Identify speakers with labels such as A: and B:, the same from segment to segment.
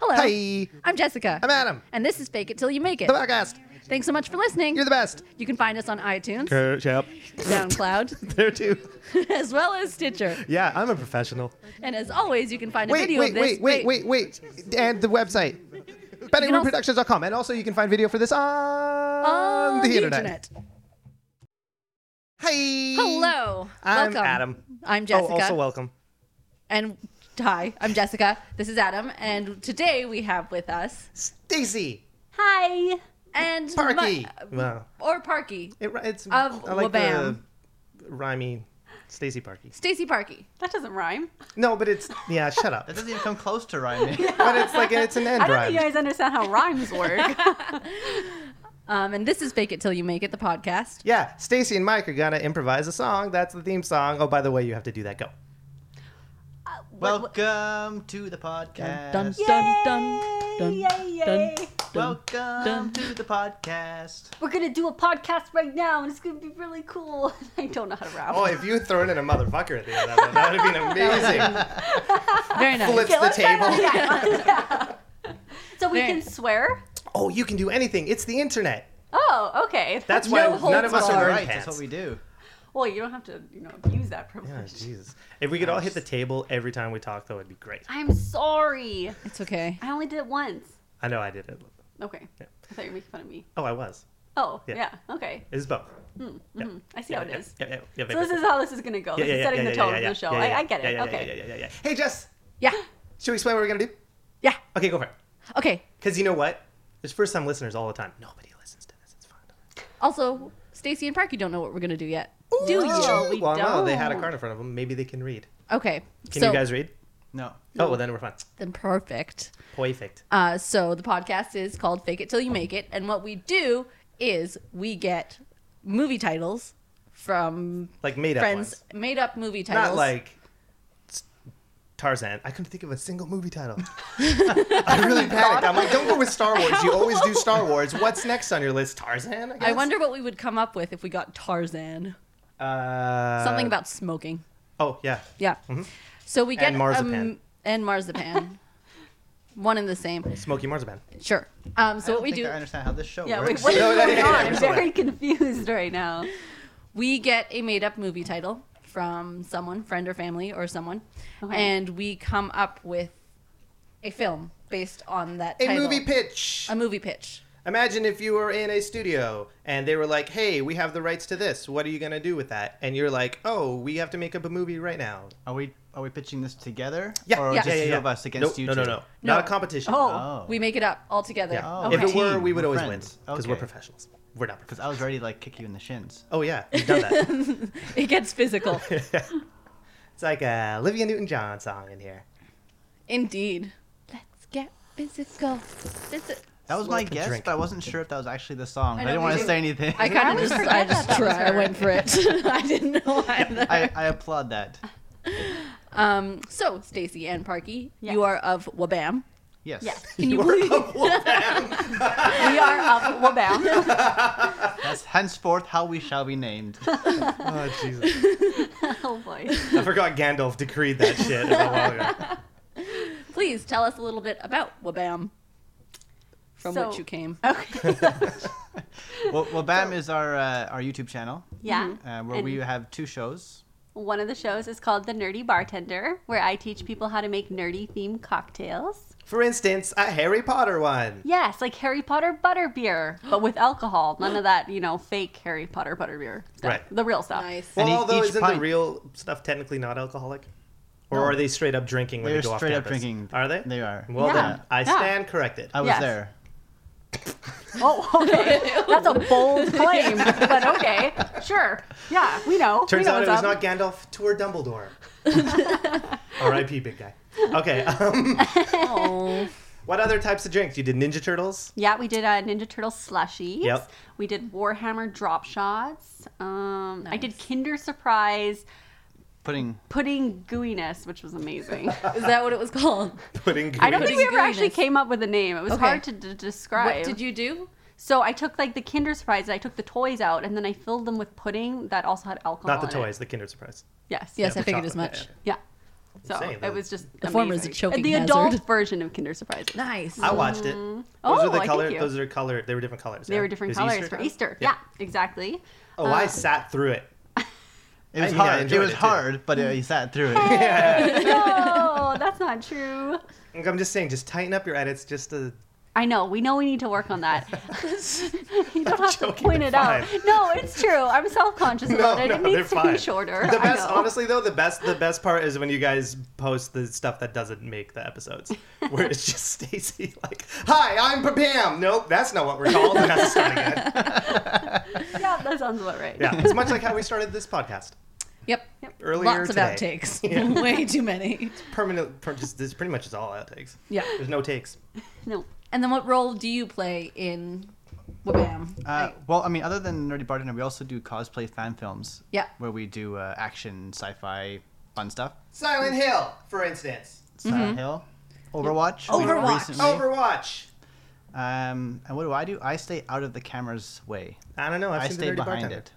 A: Hello.
B: Hi.
A: I'm Jessica.
B: I'm Adam.
A: And this is Fake It Till You Make It.
B: The podcast.
A: Thanks so much for listening.
B: You're the best.
A: you can find us on iTunes,
B: Yep.
A: SoundCloud,
B: There too.
A: as well as Stitcher.
B: Yeah, I'm a professional.
A: And as always, you can find a
B: Wait,
A: video
B: wait,
A: of this.
B: wait, wait, wait, wait, And the website.
A: also-
B: BettingRoomProductions.com. And also you can find video for this on,
A: On the, internet.
B: Hi.
A: Hello.
B: I'm
A: welcome.
B: Adam.
A: I'm Jessica.
B: Oh, also welcome.
A: and hi, I'm Jessica. This is Adam. And today we have with us.
B: Stacy
A: Hi. And my-
B: Parky. wow.
A: or Parky.
B: It, ri- it's
A: Of
B: I like
A: Wabam.
B: the rhymey Stacy Parky.
A: Stacy Parky.
C: That doesn't rhyme.
B: No, but it's yeah. Shut up.
D: That doesn't even come close to rhyming.
B: But it's like it's an end
C: I don't
B: rhyme.
C: think you guys understand how rhymes work.
A: Um, and this is Fake It Till You Make It, the podcast.
B: Yeah, Stacy and Mike are gonna improvise a song. That's the theme song. Oh, by the way, you have to do that. Go.
D: Welcome to the podcast.
A: Dun, dun, dun, dun, dun.
D: Welcome to the podcast.
C: We're gonna do a podcast right now, and it's gonna be really cool. I don't know how to rap.
B: Oh, if you had thrown in a motherfucker at the end of that, that would have been amazing.
A: Very nice.
B: Flips the table.
C: so we
A: There.
C: can swear.
B: Oh, you can do anything. It's the internet.
C: Oh, okay.
B: That's why
A: No holds
B: none of us
A: barred.
B: are wearing
D: Right,
B: pants.
D: that's what we do.
C: well, you don't have to, you know, abuse that
B: Oh,
C: privilege.
B: Jesus. If we could all hit the table every time we talk, though, it'd be great.
C: I'm sorry.
A: It's okay.
C: I only did it once.
B: I know I did it.
C: Okay. I thought you were making fun of me.
B: Oh, I was.
C: Oh,
B: Yeah.
C: yeah. Okay. Mm-hmm.
B: It was both. Yeah.
C: I see how it is.
B: Yeah, yeah, yeah,
C: So this is how this is gonna
B: yeah,
C: go. This
B: yeah,
C: is
B: yeah,
C: setting
B: yeah,
C: the
B: yeah,
C: tone
B: yeah,
C: of
B: yeah,
C: the show.
B: yeah, yeah,
C: I, I get
B: yeah,
C: it.
B: yeah,
C: okay.
B: Yeah, yeah, yeah, yeah, yeah. Hey, Jess,
A: Yeah.
B: should we explain what we're going to do?
A: Yeah.
B: Okay, go for it.
A: Okay.
B: Because you know what? There's first time listeners all the time. Nobody listens to this. It's fine.
A: Also, Stacy and Parky don't know what we're gonna do yet. Do you?
C: Ooh. Oh, we
B: well, no, they had a
C: don't.
B: card in front of them. Maybe they can read.
A: Okay.
B: Can
A: so
B: you guys read?
D: No.
B: Oh, well, then we're fine.
A: then perfect.
B: Perfect.
A: Uh, so the podcast is called Fake It Till You Make It, and what we do is we get movie titles from
B: Like made up
A: friends
B: ones.
A: made up movie titles.
B: Not like s- Tarzan. I couldn't think of a single movie title. I really panicked. I'm like, don't go with Star Wars. You always do Star Wars. What's next on your list? Tarzan? I, guess?
A: I wonder what we would come up with if we got Tarzan.
B: Uh,
A: Something about smoking.
B: Oh yeah.
A: Yeah. So we get um,
B: And marzipan.
A: and marzipan. One and the same.
B: Smoky Marzipan.
A: Sure. Um,
D: I
A: so what
D: don't
A: we
D: think
A: do,
D: I understand how this show
C: Yeah, wait,
D: works.
C: what is
B: No, no,
C: going
B: no,
C: on?
B: no,
C: I'm
B: no.
C: very confused right now.
A: we get a made up movie title from someone, friend or family or someone,
C: Okay.
A: and we come up with a film based on that
B: A
A: title. Um,
B: movie pitch.
A: a movie pitch.
B: Imagine if you were in a studio and they were like, "Hey, we have the rights to this. What are you gonna do with that?" And you're like, "Oh, we have to make up a movie right now."
D: Are we are we pitching this together?
B: Yeah,
D: Or
A: Yeah.
D: just
A: yeah,
D: two of us against
B: Nope,
D: you
B: No, no,
D: two?
B: no,
A: No.
B: Not a competition. Uh,
C: Oh.
D: Oh.
A: We make it up all together.
B: Yeah.
D: Oh,
A: Okay.
B: If it were,
D: Team,
B: we would
D: we're
B: always
D: friends.
B: win because we're
D: Okay.
B: professionals. We're not
D: Because
B: professionals.
D: I was ready to like kick you in the shins.
B: Oh yeah, we've done that.
A: it gets physical.
B: it's like a Olivia Newton-John song in here.
A: Indeed. Let's get physical. This is-
D: That was
B: Slurp
D: my
B: and
D: guess,
B: drink.
D: but I wasn't sure if that was actually the song.
A: I
D: I,
A: know,
D: didn't
A: me
D: want
A: too.
D: to say anything.
A: I kind of just, I just tried. I went for it. I didn't know either.
D: I, I applaud that.
A: Um, so Stacy and Parky,
C: Yes.
A: you are of Wabam.
D: Yes.
C: Yes.
A: Can you, believe
C: We are of Wabam.
D: That's henceforth how we shall be named.
B: Oh Jesus!
C: oh boy.
B: I forgot Gandalf decreed that shit. a while ago.
A: Please tell us a little bit about Wabam. From
C: So-
A: which you came.
C: Okay.
D: Well, well BAM is our uh, our YouTube channel
C: Yeah.
D: uh, where
C: And-
D: we have two shows.
C: One of the shows is called The Nerdy Bartender, where I teach people how to make nerdy themed cocktails.
B: For instance, a Harry Potter one.
C: Yes, like Harry Potter butterbeer, but with alcohol. None of that, you know, fake Harry Potter butterbeer. Stuff.
B: Right.
C: The real stuff.
A: Nice.
B: Well,
D: And e-
B: although
D: each
B: isn't the
D: pint-
B: real stuff technically not alcoholic, or
D: No.
B: are they straight up drinking when
D: They're
B: they go
D: straight
B: off
D: up
B: campus?
D: drinking.
B: Are they?
D: They are.
B: Well
C: Yeah.
B: then, I
C: Yeah.
B: stand corrected.
D: I was
C: Yes.
D: there.
C: Oh, okay. That's a bold claim, but okay. Sure. Yeah, we know. we
B: Turns
C: know
B: out it was
C: what's
B: not
C: up.
B: Gandalf. Tour Dumbledore. R.I.P. Big guy. Okay. Um,
A: Oh.
B: what other types of drinks? You did Ninja Turtles.
C: Yeah, we did uh, Ninja Turtle slushies.
B: Yep.
C: We did Warhammer drop shots. Um, I did Kinder Surprise
D: Putting
C: pudding gooiness, which was amazing.
A: Is that what it was called?
B: Pudding.
C: I don't
B: gooey.
C: think we ever
A: Gooiness.
C: actually came up with a name. It was
A: Okay.
C: hard to d- describe.
A: What did you do?
C: So I took like the Kinder Surprise. and I took the toys out, and then I filled them with pudding that also had alcohol.
B: Not the
C: in it.
B: toys. The Kinder Surprise.
C: Yes.
A: Yes,
B: the
A: I figured as
B: chocolate,
A: much.
B: yeah,
C: Yeah.
E: So
B: Insane,
E: it
B: though.
E: was just
A: The former is a
E: amazing.
A: choking
C: the adult
A: hazard.
C: version of Kinder Surprises.
A: Nice.
C: Mm-hmm.
B: I watched it.
E: Oh,
B: those are
E: I
B: the
E: thank
B: color.
E: you.
B: Those are color. They were different colors.
C: They
B: yeah?
C: were different
B: It was
C: colors
B: Easter?
C: for Easter.
B: Yeah.
C: Yeah, Uh, exactly.
B: Oh, I sat through it.
D: It
B: I
D: was
B: mean, I
D: hard. It
B: enjoyed
D: was
B: it, too.
D: hard, but
C: Mm.
D: uh, he sat through it.
C: no, Oh, that's not true.
B: Like, I'm just saying, just tighten up your edits. Just to
C: I know. We know we need to work on that. you don't have to
B: joking,
C: point
B: they're
C: it out.
B: fine.
C: No, it's true. I'm self-conscious
B: no,
C: about it.
B: no,
C: it
B: they're
C: needs to
B: fine.
C: be shorter.
B: The
C: I
B: best,
C: know.
B: honestly, though, the best. The best part is when you guys post the stuff that doesn't make the episodes, where it's just Stacy like, "Hi, I'm Pam." Nope, that's not what we're called. And that's starting it.
C: Yeah, that sounds about right.
B: Yeah, it's much like how we started this podcast
A: Yep.
B: earlier
A: Lots of
B: today.
A: outtakes. Way too many.
B: Permanent. Per, just, this pretty much is all outtakes.
A: Yeah.
B: There's no takes.
C: No.
A: And then what role do you play in Wabam?
D: Uh, well, I mean, other than Nerdy Bartender, we also do cosplay fan films.
A: Yeah.
D: Where we do uh, action, sci-fi, fun stuff.
B: Silent Hill, for instance.
C: Mm-hmm.
D: Silent Hill, Overwatch. we did
A: Overwatch.
D: recently.
B: Overwatch.
D: Um, and what do I do? I stay out of the camera's way.
B: I don't know. I've
D: i
B: seen
D: stay
B: the Dirty
D: behind
B: Bartender.
D: it.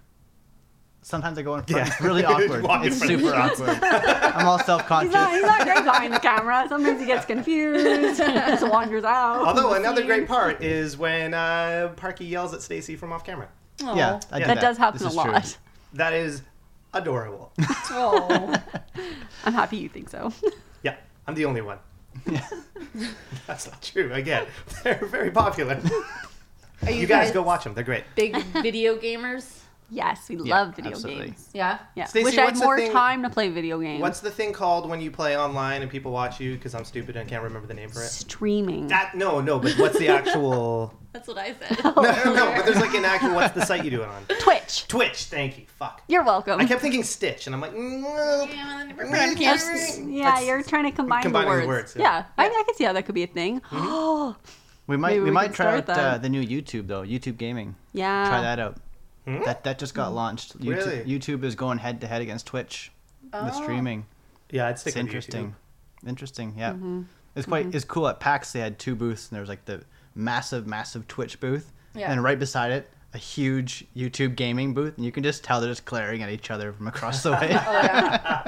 D: Sometimes I go in front.
B: Yeah.
D: It's really
B: You just
D: awkward.
B: walk in
D: It's
B: front of
D: super awkward. I'm all
E: He's not, he's
D: self-conscious.
E: not great behind the camera. Sometimes he gets confused, just wanders out.
B: Although another great part is when uh, Parky yells at Stacy from off camera.
D: Yeah, I do
B: Yeah.
C: That does happen
D: This
C: a
D: is true.
C: lot.
B: That is adorable.
A: Oh.
C: I'm happy you think so.
B: yeah, I'm the only one. That's not true. Again, they're very popular.
A: Are
B: You guys go watch them. They're great.
A: big video gamers?
C: yes, we
D: Yeah,
C: love video
D: absolutely.
C: games.
A: Yeah.
C: Yeah.
B: Stacey,
C: Wish I had
B: what's the
C: more
B: thing-
C: time to play video games.
B: What's the thing called when you play online and people watch you? Because I'm stupid and can't remember the name for it.
C: streaming?
B: That no, no. But what's the actual?
A: That's what I said.
B: no, no, no. But there's like an actual. What's the site you do it on?
C: Twitch.
B: Twitch. Thank you. Fuck.
C: You're welcome.
B: I kept thinking Stitch, and I'm like, "Mm, nope.
C: That's- yeah,
B: That's-
C: you're trying to combine the
B: combining
C: words.
B: the words,
C: yeah,
B: yeah. Mm-hmm.
C: I, I can see how that could be a thing. Oh,
D: We might
C: Maybe
D: we,
C: we
D: might
C: could
D: try out
C: start that.
D: uh, the new YouTube though. YouTube gaming.
C: yeah.
A: Uh,
D: Try that out.
B: Hmm?
D: That that just got launched. YouTube,
B: Really?
D: YouTube is going head to head against Twitch with
A: Oh.
D: streaming.
B: Yeah, I'd stick
D: It's
B: with
D: interesting. Interesting. Yeah.
A: Mm-hmm.
D: It's quite. It's cool. At PAX, they had two booths, and there was like the massive, massive Twitch booth,
A: Yeah.
D: and right beside it, a huge YouTube gaming booth, and you can just tell they're just glaring at each other from across the way.
A: Oh,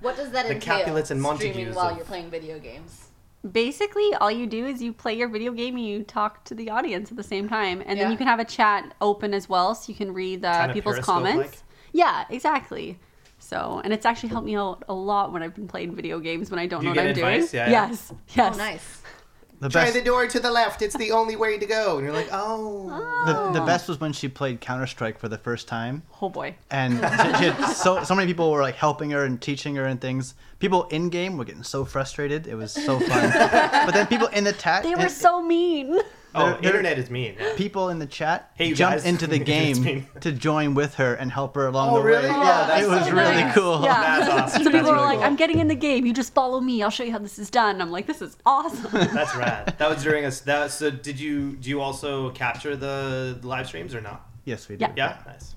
A: what does that
B: The
A: entail?
B: Capulets and
A: Streaming
B: Montagues
A: while
B: of-
A: you're playing video games.
C: Basically, all you do is you play your video game and you talk to the audience at the same time, and
A: Yeah.
C: then you can have a chat open as well, so you can read uh,
B: Kinda
C: people's
B: Periscope-like.
C: comments. Yeah, exactly. So, and it's actually helped me out a lot when I've been playing video games when I don't
B: Do
C: know
B: you
C: what
B: get
C: I'm
B: advice?
C: doing.
B: Yeah, yeah.
C: Yes, yes.
A: Oh, nice.
D: the
B: Try
D: best.
B: the door to the left. It's the only way to go. And you're like, oh.
D: The, the best was when she played Counter Strike for the first time,
C: Oh boy.
D: and she, she had so so many people were like helping her and teaching her and things. People in game were getting so frustrated; it was so fun. but then people in the chat,
C: They
D: in-
C: were so mean.
B: Oh,
D: They're- they're-
B: internet is mean. Yeah.
D: people in the chat
B: Hey, you
D: jumped
B: guys.
D: into the
B: It's
D: game
B: me.
D: to join with her and help her along
B: Oh,
D: the
B: really?
D: way.
B: Oh,
D: it
B: that's
D: was
B: so
D: really
B: nice.
D: cool.
C: Yeah.
B: That's awesome.
C: So people
B: That's
C: were
B: really
C: like,
B: cool.
C: "I'm getting in the game. You just follow me. I'll show you how this is done." And I'm like, "This is awesome."
B: That's rad. That was during us. That so. Did you do you also capture the live streams or not?
D: Yes, we did.
C: Yeah.
B: Yeah, nice.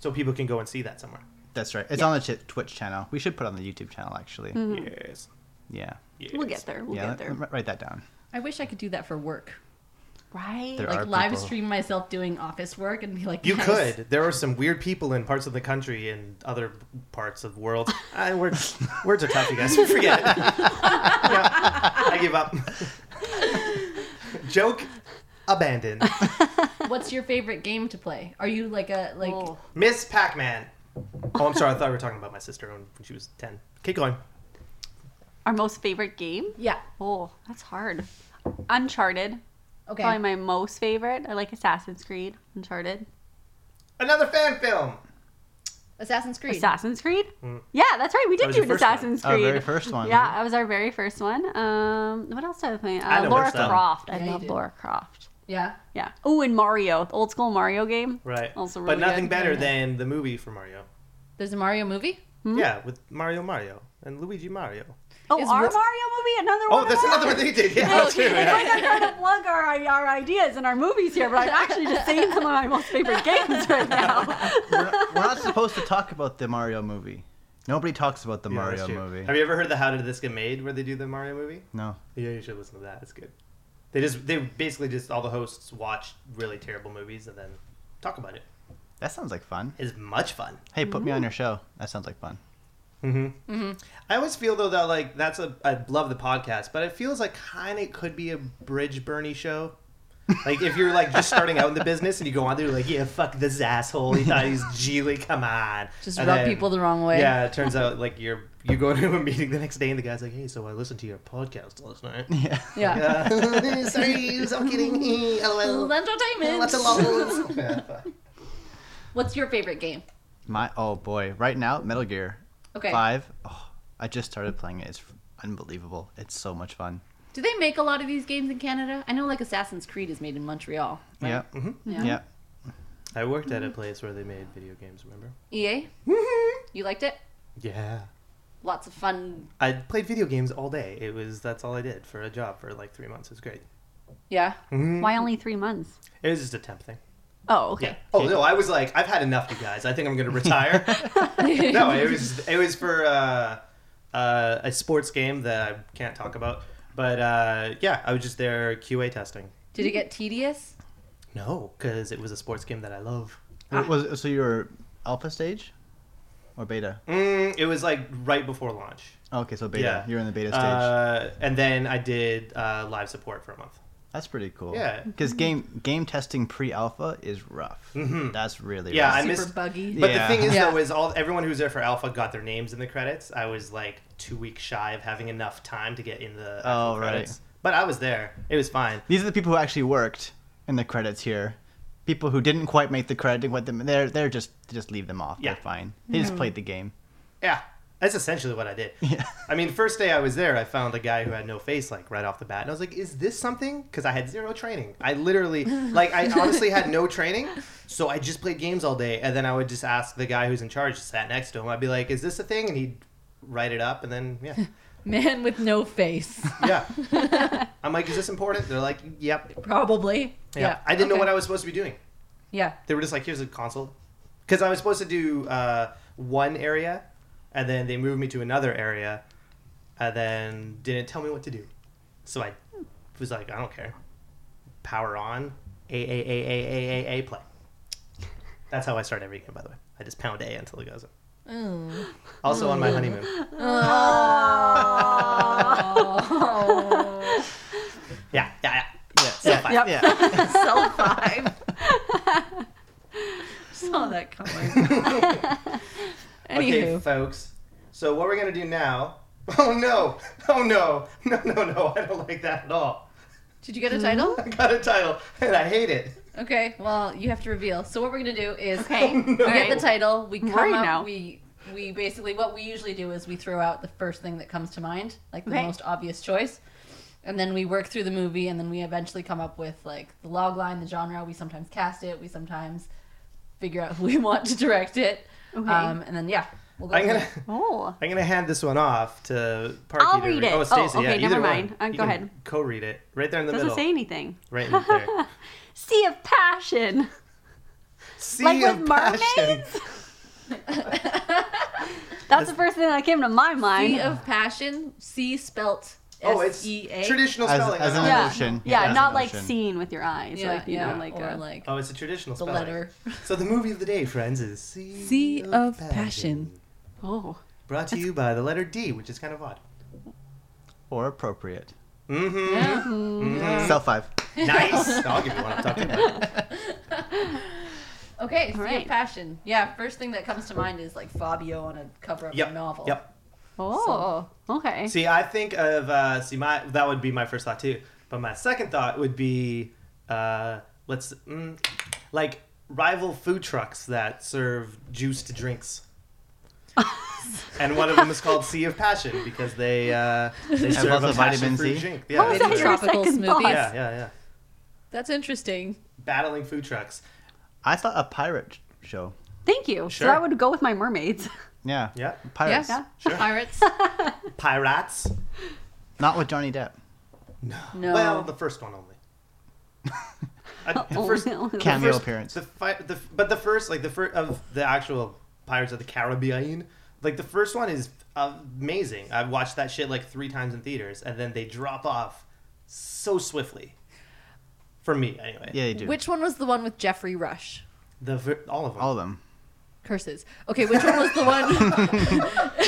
B: So people can go and see that somewhere.
D: That's right. It's on the Ch- Twitch channel. We should put it on the YouTube channel actually.
B: Yes.
D: Yeah.
B: yes.
C: we'll get there. Mm-hmm. We'll
D: yeah.
C: get there.
D: let- write that down.
A: I wish I could do that for work.
C: Right.
D: There
A: Like
D: are
A: live
D: people-
A: stream myself doing office work and be like,
B: You
A: guys,
B: could. There are some weird people in parts of the country and other parts of the world. I, words, words are tough, you guys. Forget it. Yeah, I give up. Joke abandoned.
A: What's your favorite game to play? Are you like a like?
C: Oh.
B: Miss Pac Man. Oh, I'm sorry. I thought we were talking about my sister when she was 10. Keep going.
C: Our most favorite game?
A: Yeah.
C: Oh, that's hard. Uncharted.
A: Okay.
C: Probably my most favorite. I like Assassin's Creed. Uncharted.
B: Another fan film.
A: Assassin's Creed.
C: Assassin's Creed? Yeah, that's right. We did
B: Mm. was
C: do
B: your
C: an
B: first one.
C: Assassin's
D: Our
C: Creed.
D: very first one.
C: Yeah, that was our very first one. Um, what else did I play?
B: I
C: Uh,
B: know
C: Laura
B: what's up.
C: Croft. I
A: Yeah, you
C: love
A: did.
C: Laura Croft.
A: Yeah.
C: Yeah. Oh, and Mario, the old school Mario game.
B: Right.
C: Also
B: but
C: really
B: nothing
C: good.
B: better than the movie for Mario.
A: There's a Mario movie.
C: Hmm?
B: Yeah, with Mario Mario and Luigi Mario.
C: Oh,
A: Is
C: our
A: what-
C: Mario movie? Another
B: Oh,
C: one?
B: that's
C: of
B: another
C: ours?
B: one they did. Yeah, that's true.
C: It's like I'm trying to plug our, our ideas and our movies here, but I'm actually just saying some of my most favorite games right now.
D: We're not, we're not supposed to talk about the Mario movie. Nobody talks about the
B: Yeah, that's
D: Mario
B: true.
D: movie.
B: Have you ever heard the How Did This Get Made where they do the Mario movie?
D: No.
B: Yeah, you should listen to that. It's good. They just they basically just all the hosts watch really terrible movies and then talk about it.
D: That sounds like fun.
B: It's much fun.
C: Mm-hmm.
D: Hey, put me on your show. That sounds like fun.
B: I always feel though that like that's a I love the podcast, but it feels like kind of could be a bridge Bernie show. Like if you're like just starting out in the business and you go on there you're like yeah fuck this asshole he thought he's Geely come on
A: Just
B: And
A: rub
B: then-
A: people the wrong way.
B: yeah it turns out like you're you go to a meeting the next day and the guy's like hey so I listened to your podcast last night
D: Yeah.
A: Yeah.
B: yeah sorry I'm kidding lol
A: Entertainment.
B: lots of lols yeah, fuck.
A: What's your favorite game?
D: My oh boy, right now Metal Gear
A: Okay.
D: Five. Oh, I just started playing it. It's unbelievable. It's so much fun.
A: Do they make a lot of these games in Canada? I know like Assassin's Creed is made in Montreal. right?
D: Yeah.
B: Mm-hmm.
A: Yeah.
D: Yeah.
B: I worked at a place where they made video games remember
A: EA? E You liked it?
B: yeah
A: Lots of fun.
B: I played video games all day it was that's all I did for a job for like three months it was great
A: Yeah.
F: Why only three months?
B: It was just a temp thing.
F: Oh, okay.
B: Yeah. Oh no, I was like, I've had enough, you guys. I think I'm gonna retire. no, it was it was for uh, uh, a sports game that I can't talk about. But uh, yeah, I was just there QA testing.
A: Did it get tedious?
B: No, because it was a sports game that I love.
D: Was so you were alpha stage, or beta? Oh,
B: Mm, it was like right before launch.
D: Okay, so
B: Yeah.
D: beta. You're in the beta stage.
B: Uh, and then I did uh, live support for a month.
D: That's pretty cool.
B: Yeah.
D: Because game game testing pre-alpha is rough. That's really
B: Mm-hmm. Yeah,
D: rough.
B: I
A: Super
B: missed-
A: buggy.
B: But
D: Yeah.
B: the thing is,
A: Yeah.
B: though, is all everyone who's there for Alpha got their names in the credits. I was like two weeks shy of having enough time to get in the actual
D: Oh, right.
B: credits. But I was there. It was fine.
D: These are the people who actually worked in the credits here. People who didn't quite make the credit, didn't quite them. They're they're just just leave them off.
B: Yeah.
D: They're fine. They
A: Mm-hmm.
D: just played the game.
B: Yeah, that's essentially what I did.
D: Yeah.
B: I mean, first day I was there, I found a guy who had no face, like right off the bat, and I was like, "Is this something?" Because I had zero training. I literally, like, I honestly had no training, so I just played games all day, and then I would just ask the guy who's in charge, sat next to him. I'd be like, "Is this a thing?" And he'd write it up, and then yeah,
A: Man with no face.
B: yeah. I'm like, "Is this important?" They're like, "Yep."
A: Probably.
B: Yeah. I didn't know
A: Okay.
B: what I was supposed to be doing.
A: Yeah.
B: They were just like, here's a console. Because I was supposed to do uh, one area, and then they moved me to another area, and then didn't tell me what to do. So I was like, I don't care. Power on. A A A A A A A play. That's how I start every game, by the way. I just pound A until it goes in. Also on my honeymoon. Yeah, yeah, yeah. So fine.
D: Yeah. Yeah.
A: Cell five. Saw that coming.
B: Okay,
A: Anywho,
B: folks. So what we're gonna do now? Oh no! Oh no! No no no! I don't like that at all.
A: did you get a title?
B: I got a title and I hate it.
A: Okay, well, you have to reveal. So what we're gonna do is
F: Okay.
A: we get the title, we come
F: Right
A: up,
F: now.
A: we we basically what we usually do is we throw out the first thing that comes to mind, like the
F: Okay.
A: most obvious choice. And then we work through the movie and then we eventually come up with like the log line, the genre, we sometimes cast it, we sometimes figure out who we want to direct it.
F: Okay.
A: Um, and then yeah, we'll go
B: I'm
A: from
B: gonna
F: Oh.
B: I'm gonna hand this one off to Parky.
F: I'll
B: to
F: read it.
B: Oh,
F: Oh,
B: Stacey, yeah,
F: okay,
B: either
F: never
B: one.
F: mind. Uh,
B: You
F: go
B: can
F: ahead.
B: Co-read it right there in the
F: Doesn't
B: middle.
F: say anything.
B: Right in there.
F: Sea of Passion.
B: sea
F: Like with
B: of passion.
F: mermaids? That's the first thing that came to my mind.
A: Sea of Passion, C spelt
B: Oh, it's
A: S E A.
B: traditional
D: As,
B: spelling.
D: as
B: I
D: an
B: know.
F: Yeah.
D: emotion.
F: yeah,
D: as
F: not
D: an
F: like
D: emotion.
F: seeing with your eyes.
A: Yeah,
F: like, you
A: yeah,
F: know, like, uh,
A: or
F: a,
A: like
B: Oh, it's a traditional
A: the
B: spelling.
A: letter.
B: So the movie of the day, friends, is Sea,
A: Sea of Passion.
F: oh.
B: Brought to you by the letter D, which is kind of odd.
D: Or appropriate.
B: Mm-hmm.
A: Yeah.
D: Cell five.
B: Nice. I'll give you one. I'm talking about.
A: Okay, Sea
F: right.
A: of Passion. Yeah, first thing that comes to mind is like Fabio on a cover of
B: Yep.
A: a novel.
B: Yep.
F: Oh. okay.
B: See, I think of uh, see my that would be my first thought too. But my second thought would be uh, let's mm, like rival food trucks that serve juiced drinks. and one of them is called Sea of Passion because they uh, they serve
D: lots
B: a
D: of
B: vitamin
D: vitamin
B: fruit
D: C.
B: drink. Yeah,
F: What was
B: they
F: Oh, that
B: do.
F: your
A: Tropical
F: second
A: smoothies.
F: thought?
B: yeah, yeah, yeah.
A: That's interesting.
B: Battling food trucks.
D: I thought a pirate show.
F: Thank you.
B: Sure.
F: So I would go with my mermaids.
D: Yeah.
B: Yeah,
D: Pirates.
A: Yeah.
B: Sure.
A: Pirates?
B: pirates.
D: Not with Johnny Depp.
A: No. Oh,
B: Well, the first one only. I, the first
D: Cameo
B: first-
D: appearance.
B: The, fi- the but the first like the first of the actual Pirates of the Caribbean, like the first one is amazing. I've watched that shit like three times in theaters, and then they drop off so swiftly. For me, anyway.
D: Yeah, they do.
A: Which one was the one with Jeffrey Rush?
B: The ver- all of them.
D: All of them.
A: Curses. Okay, which one was the one?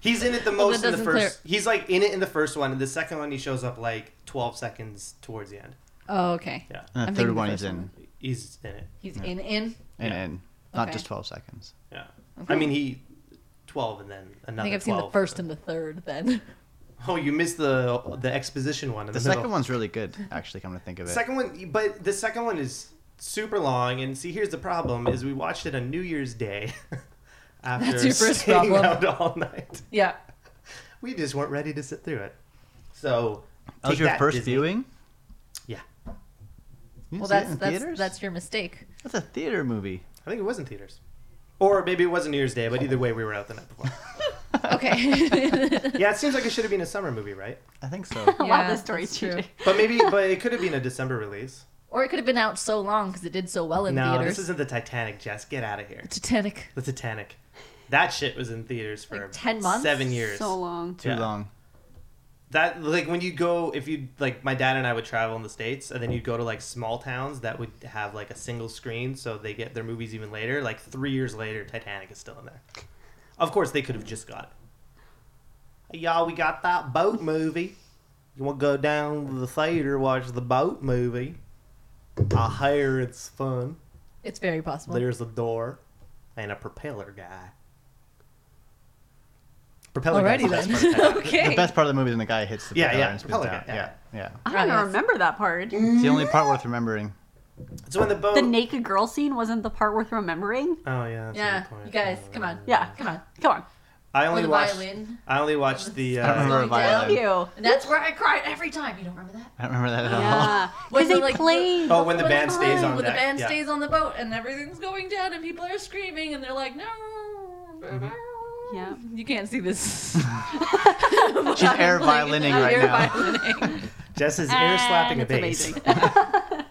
B: He's in it the
A: Well,
B: most
A: that
B: in
A: doesn't
B: the first. He's like in it in the first one, and the second one he shows up like twelve seconds towards the end.
A: Oh, okay.
B: Yeah,
D: And
A: I'm
D: the
A: thinking
D: third
A: the
D: one
A: first
D: is in.
A: one.
B: he's in it.
A: He's in in.
D: And
B: Yeah.
D: in. Not
A: Okay.
D: just 12 seconds.
B: Yeah, I mean he twelve and then another.
A: I think I've seen the
B: 12.
A: first and the third then.
B: Oh, you missed the the exposition one. In
D: The
B: the,
D: second
B: middle.
D: one's really good, actually, come to think of it.
B: Second one, but the second one is super long. And see, here's the problem: is we watched it on New Year's Day after
A: That's your first
B: staying
A: problem.
B: out all night.
A: Yeah.
B: We just weren't ready to sit through it. So
D: that was
B: take
D: your
B: that,
D: first
B: Disney.
D: viewing?
B: Yeah,
D: You
A: Well,
D: didn't see it
A: that's
D: in
A: that's
D: theaters?
A: that's your mistake.
D: That's a theater movie.
B: I think it was in theaters, or maybe it was not New Year's Day. But either way, we were out the night before.
A: Okay.
B: yeah, it seems like it should have been a summer movie, right?
D: I think so.
A: Yeah,
C: wow, this story's
A: that's true.
C: cheating.
B: But maybe, but it could have been a December release.
A: Or it could have been out so long because it did so well in
B: no,
A: theaters.
B: this isn't the Titanic, Jess. Get out of here.
A: Titanic.
B: The Titanic. That shit was in theaters for
A: Like 10 months?
B: seven years.
F: So long.
D: Too
B: Yeah.
D: long.
B: That like when you go, if you like, my dad and I would travel in the states, and then you'd go to like small towns that would have like a single screen, so they get their movies even later. Like three years later, Titanic is still in there. Of course, they could have just got it. Y'all, we got that boat movie. You want to go down to the theater watch the boat movie? I hear it's fun.
A: It's very possible.
B: There's a door and a propeller guy. Propeller
A: Alrighty
B: guy's the best
A: then.
B: part of Titanic.
A: okay.
D: The best part of the movie is when the guy hits the
B: Yeah,
D: propeller
B: yeah,
D: and spits
B: propeller
D: it
B: guy,
D: out.
B: yeah.
D: Yeah, yeah.
C: I don't
A: Yes.
C: remember that part.
D: It's the only part worth remembering.
B: It's when the boat.
C: The naked girl scene wasn't the part worth remembering.
B: Oh yeah. That's
A: yeah,
B: A good point. Oh,
A: you guys, come on.
C: Yeah.
A: Come on.
C: Come on.
B: I
A: Or
B: only
A: the
B: watched.
A: violin.
B: I only watched the.
D: I don't
B: Uh,
D: remember a
A: Slowly down.
C: Love
D: violin.
C: you.
A: And that's where I cried every time. You don't remember that?
D: I don't remember that at all.
C: Yeah.
A: Was
C: Because
A: it
C: they
A: like-
C: played.
B: oh, when the band stays on
A: When
B: deck.
A: the band
B: yeah.
A: stays on the boat and everything's going down and people are screaming and they're like, no.
B: Mm-hmm.
C: Yeah.
A: You can't see this.
D: She's air violining right
A: air
D: now.
A: violining.
B: Jess is air slapping a
C: It's
B: bass.
C: amazing.
A: That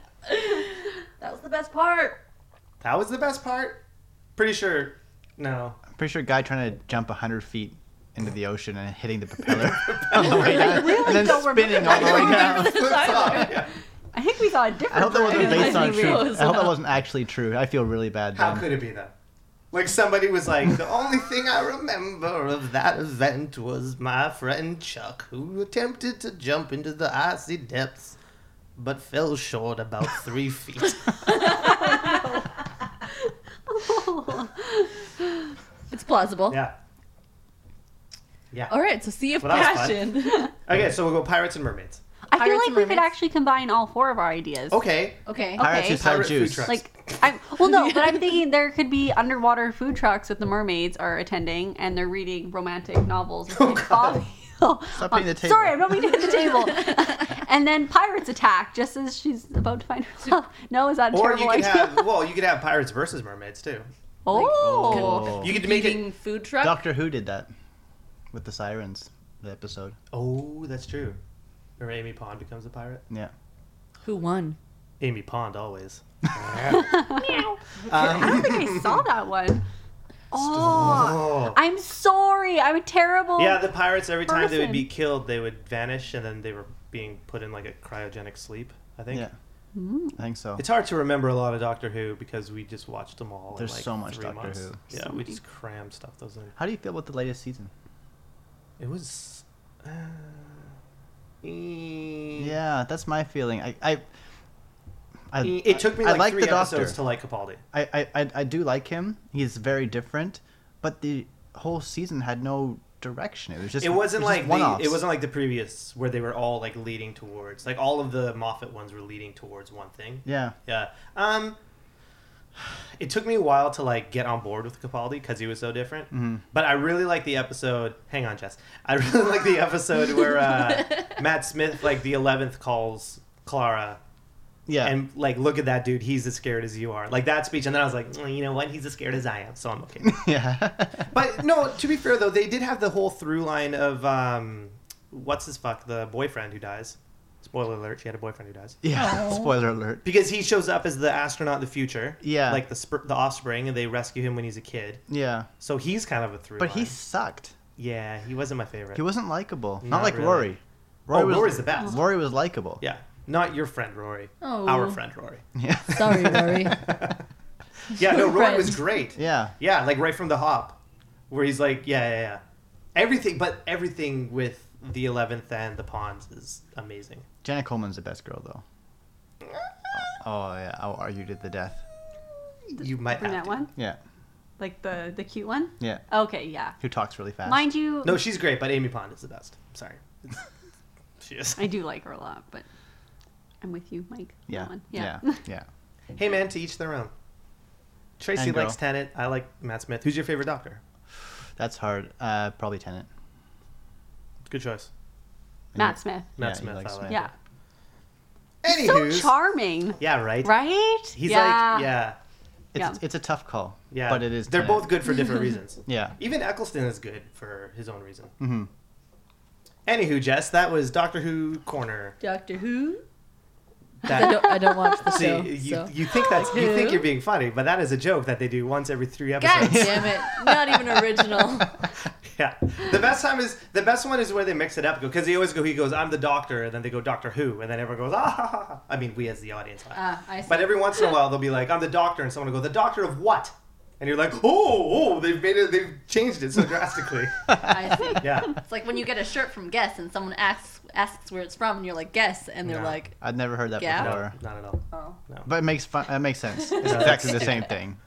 A: was the best part.
B: That was the best part. Pretty sure. No.
D: I'm pretty sure a guy trying to jump 100 feet into the ocean and hitting the propeller Oh on the way down. Oh and then
C: don't remember
D: spinning all the way down.
B: Flips off, yeah.
C: I think we saw a
D: I
C: different.
D: hope that wasn't
C: version.
D: based on
A: Disney
D: true.
A: rules.
D: I hope that wasn't actually true. I feel really bad.
B: How
D: then.
B: could it be though? Like somebody was like, the only thing I remember of that event was my friend Chuck, who attempted to jump into the icy depths, but fell short about three feet.
A: It's plausible.
B: yeah. Yeah.
A: All right, so Sea of
B: Well, that was
A: Passion.
B: Okay, so we'll go Pirates and Mermaids.
C: I feel
A: Pirates
C: like
A: and
C: we could
A: Mermaids.
C: actually combine all four of our ideas.
B: Okay.
A: okay.
D: Pirates
C: Okay.
D: who sell
B: Pirate food
D: juice.
B: trucks.
C: Like I'm well, no, but I'm thinking there could be underwater food trucks that the mermaids are attending, and they're reading romantic novels. with Peter
B: Oh, God.
C: Bobbio.
D: Stop hitting the table.
C: Sorry, I'm not meaning to hit the table. and then pirates attack just as she's about to find her love. No, is that a
B: Or
C: terrible
B: you could
C: idea?
B: have well, you could have Pirates versus Mermaids too.
C: oh,
D: Oh.
B: You could make
A: Eating
B: it.
A: food truck.
D: Doctor Who did that with the sirens, the episode.
B: Oh, that's true. Or Amy Pond becomes a pirate.
D: Yeah.
A: Who won?
B: Amy Pond always.
C: I don't think I saw that one. Oh,
B: Oh.
C: I'm sorry. I'm a terrible.
B: Yeah, the pirates every time they would be
C: Person.
B: killed, they would vanish, and then they were being put in like a cryogenic sleep. I think.
D: Yeah. I think so.
B: It's hard to remember a lot of Doctor Who because we just watched them all. in,
D: There's
B: like,
D: so much
B: three
D: Doctor
B: months.
D: Who.
B: Yeah, we just crammed stuff those in.
D: How do you feel about the latest season?
B: It was. Uh, e, Mm.
D: Yeah, that's my feeling. I I I,
B: Mm, e, It took me
D: I
B: like,
D: like
B: three
D: the doctor.
B: episodes to like Capaldi.
D: I, I, I, I do like him. He's very different, but the whole season had no direction. It was just
B: It wasn't like
D: one
B: the,
D: off.
B: it wasn't like the previous where they were all like leading towards like all of the Moffat ones were leading towards one thing.
D: yeah.
B: Yeah. Um, it took me a while to like get on board with Capaldi because he was so different. But I really like the episode. Hang on, Jess. I really like the episode where uh, Matt Smith, like the eleventh, calls Clara
D: Yeah.
B: and like, look at that dude. He's as scared as you are. Like that speech. And then I was like, "Mm, you know what? He's as scared as I am, so I'm okay.
D: yeah.
B: but no, to be fair though, they did have the whole through line of um, what's his fuck the boyfriend who dies. Spoiler alert: she had a boyfriend who dies
D: yeah.
C: Oh.
D: Spoiler alert.
B: because he shows up as the astronaut in the future.
D: Yeah.
B: like the sp- the offspring, and they rescue him when he's a kid.
D: Yeah.
B: So he's kind of a through.
D: But
B: line.
D: he sucked.
B: yeah, he wasn't my favorite.
D: He wasn't likable. Not,
B: Not
D: like
B: really.
D: Rory.
B: Oh, Rory's the best.
D: Rory was likable.
B: yeah, not your friend Rory.
A: Oh.
B: Our friend Rory.
D: Yeah.
A: Sorry, Rory.
B: Yeah, no, Roy was
A: Friends.
B: great.
D: Yeah.
B: Yeah, like right from the hop, where he's like, yeah, yeah, yeah. Everything, but everything with the 11th and the pawns is amazing.
D: Janet Coleman's the best girl, though. Oh, yeah. I'll argue to the death.
B: You might
C: From
B: have
C: that
B: to.
C: one,
D: Yeah.
C: like the the cute one.
D: Yeah.
C: Okay, yeah.
D: Who talks really fast.
C: Mind you,
B: No, she's great, but Amy Pond is the best. Sorry. she is.
C: I do like her a lot, but I'm with you, Mike. on
D: yeah.
C: that one.
D: Yeah.
C: yeah.
D: Yeah. yeah.
B: Hey, man, to each their own. Tracy
D: And girl.
B: likes Tennant. I like Matt Smith. Who's your favorite doctor?
D: That's hard. Uh, probably Tennant.
B: Good choice.
C: Matt Smith.
B: Matt
D: Yeah, he
B: Smith.
D: likes
B: I like.
C: Yeah.
B: Anywho's.
C: So charming,
B: yeah, right?
C: right?
B: He's
C: yeah.
B: like, yeah,
D: It's,
C: Yeah.
D: it's a tough call.
B: yeah.
D: But it is.
B: They're
D: Tennant.
B: both good for different reasons.
D: Yeah.
B: Even Eccleston is good for his own reason.
D: Mm-hmm.
B: Anywho, Jess, that was Doctor Who corner.
A: Doctor Who. I
B: That
A: don't, I don't watch the
B: see,
A: show.
B: you,
A: so.
B: you think that's you
A: Who?
B: think you're being funny, but that is a joke that they do once every three
A: God
B: episodes.
A: damn it! Not even original.
B: Yeah, the best time is the best one is where they mix it up because they always go. He goes, "I'm the Doctor," and then they go Doctor Who, and then everyone goes, "Ah!" ha, ha, ha." I mean, we as the audience. laugh.
A: Ah, I see.
B: But every once in a while, they'll be like, "I'm the Doctor," and someone will go, "The Doctor of what?" And you're like, "Oh, oh, they've made it. They've changed it so drastically."
A: I see.
B: yeah,
A: It's like when you get a shirt from Guess and someone asks asks where it's from, and you're like Guess, and they're
B: No.
A: like,
D: I'd never heard that
A: Yeah.
D: before.
B: no, not at all.
A: Oh,
D: But it makes fun. It makes sense. It's
B: No,
D: exactly the same thing.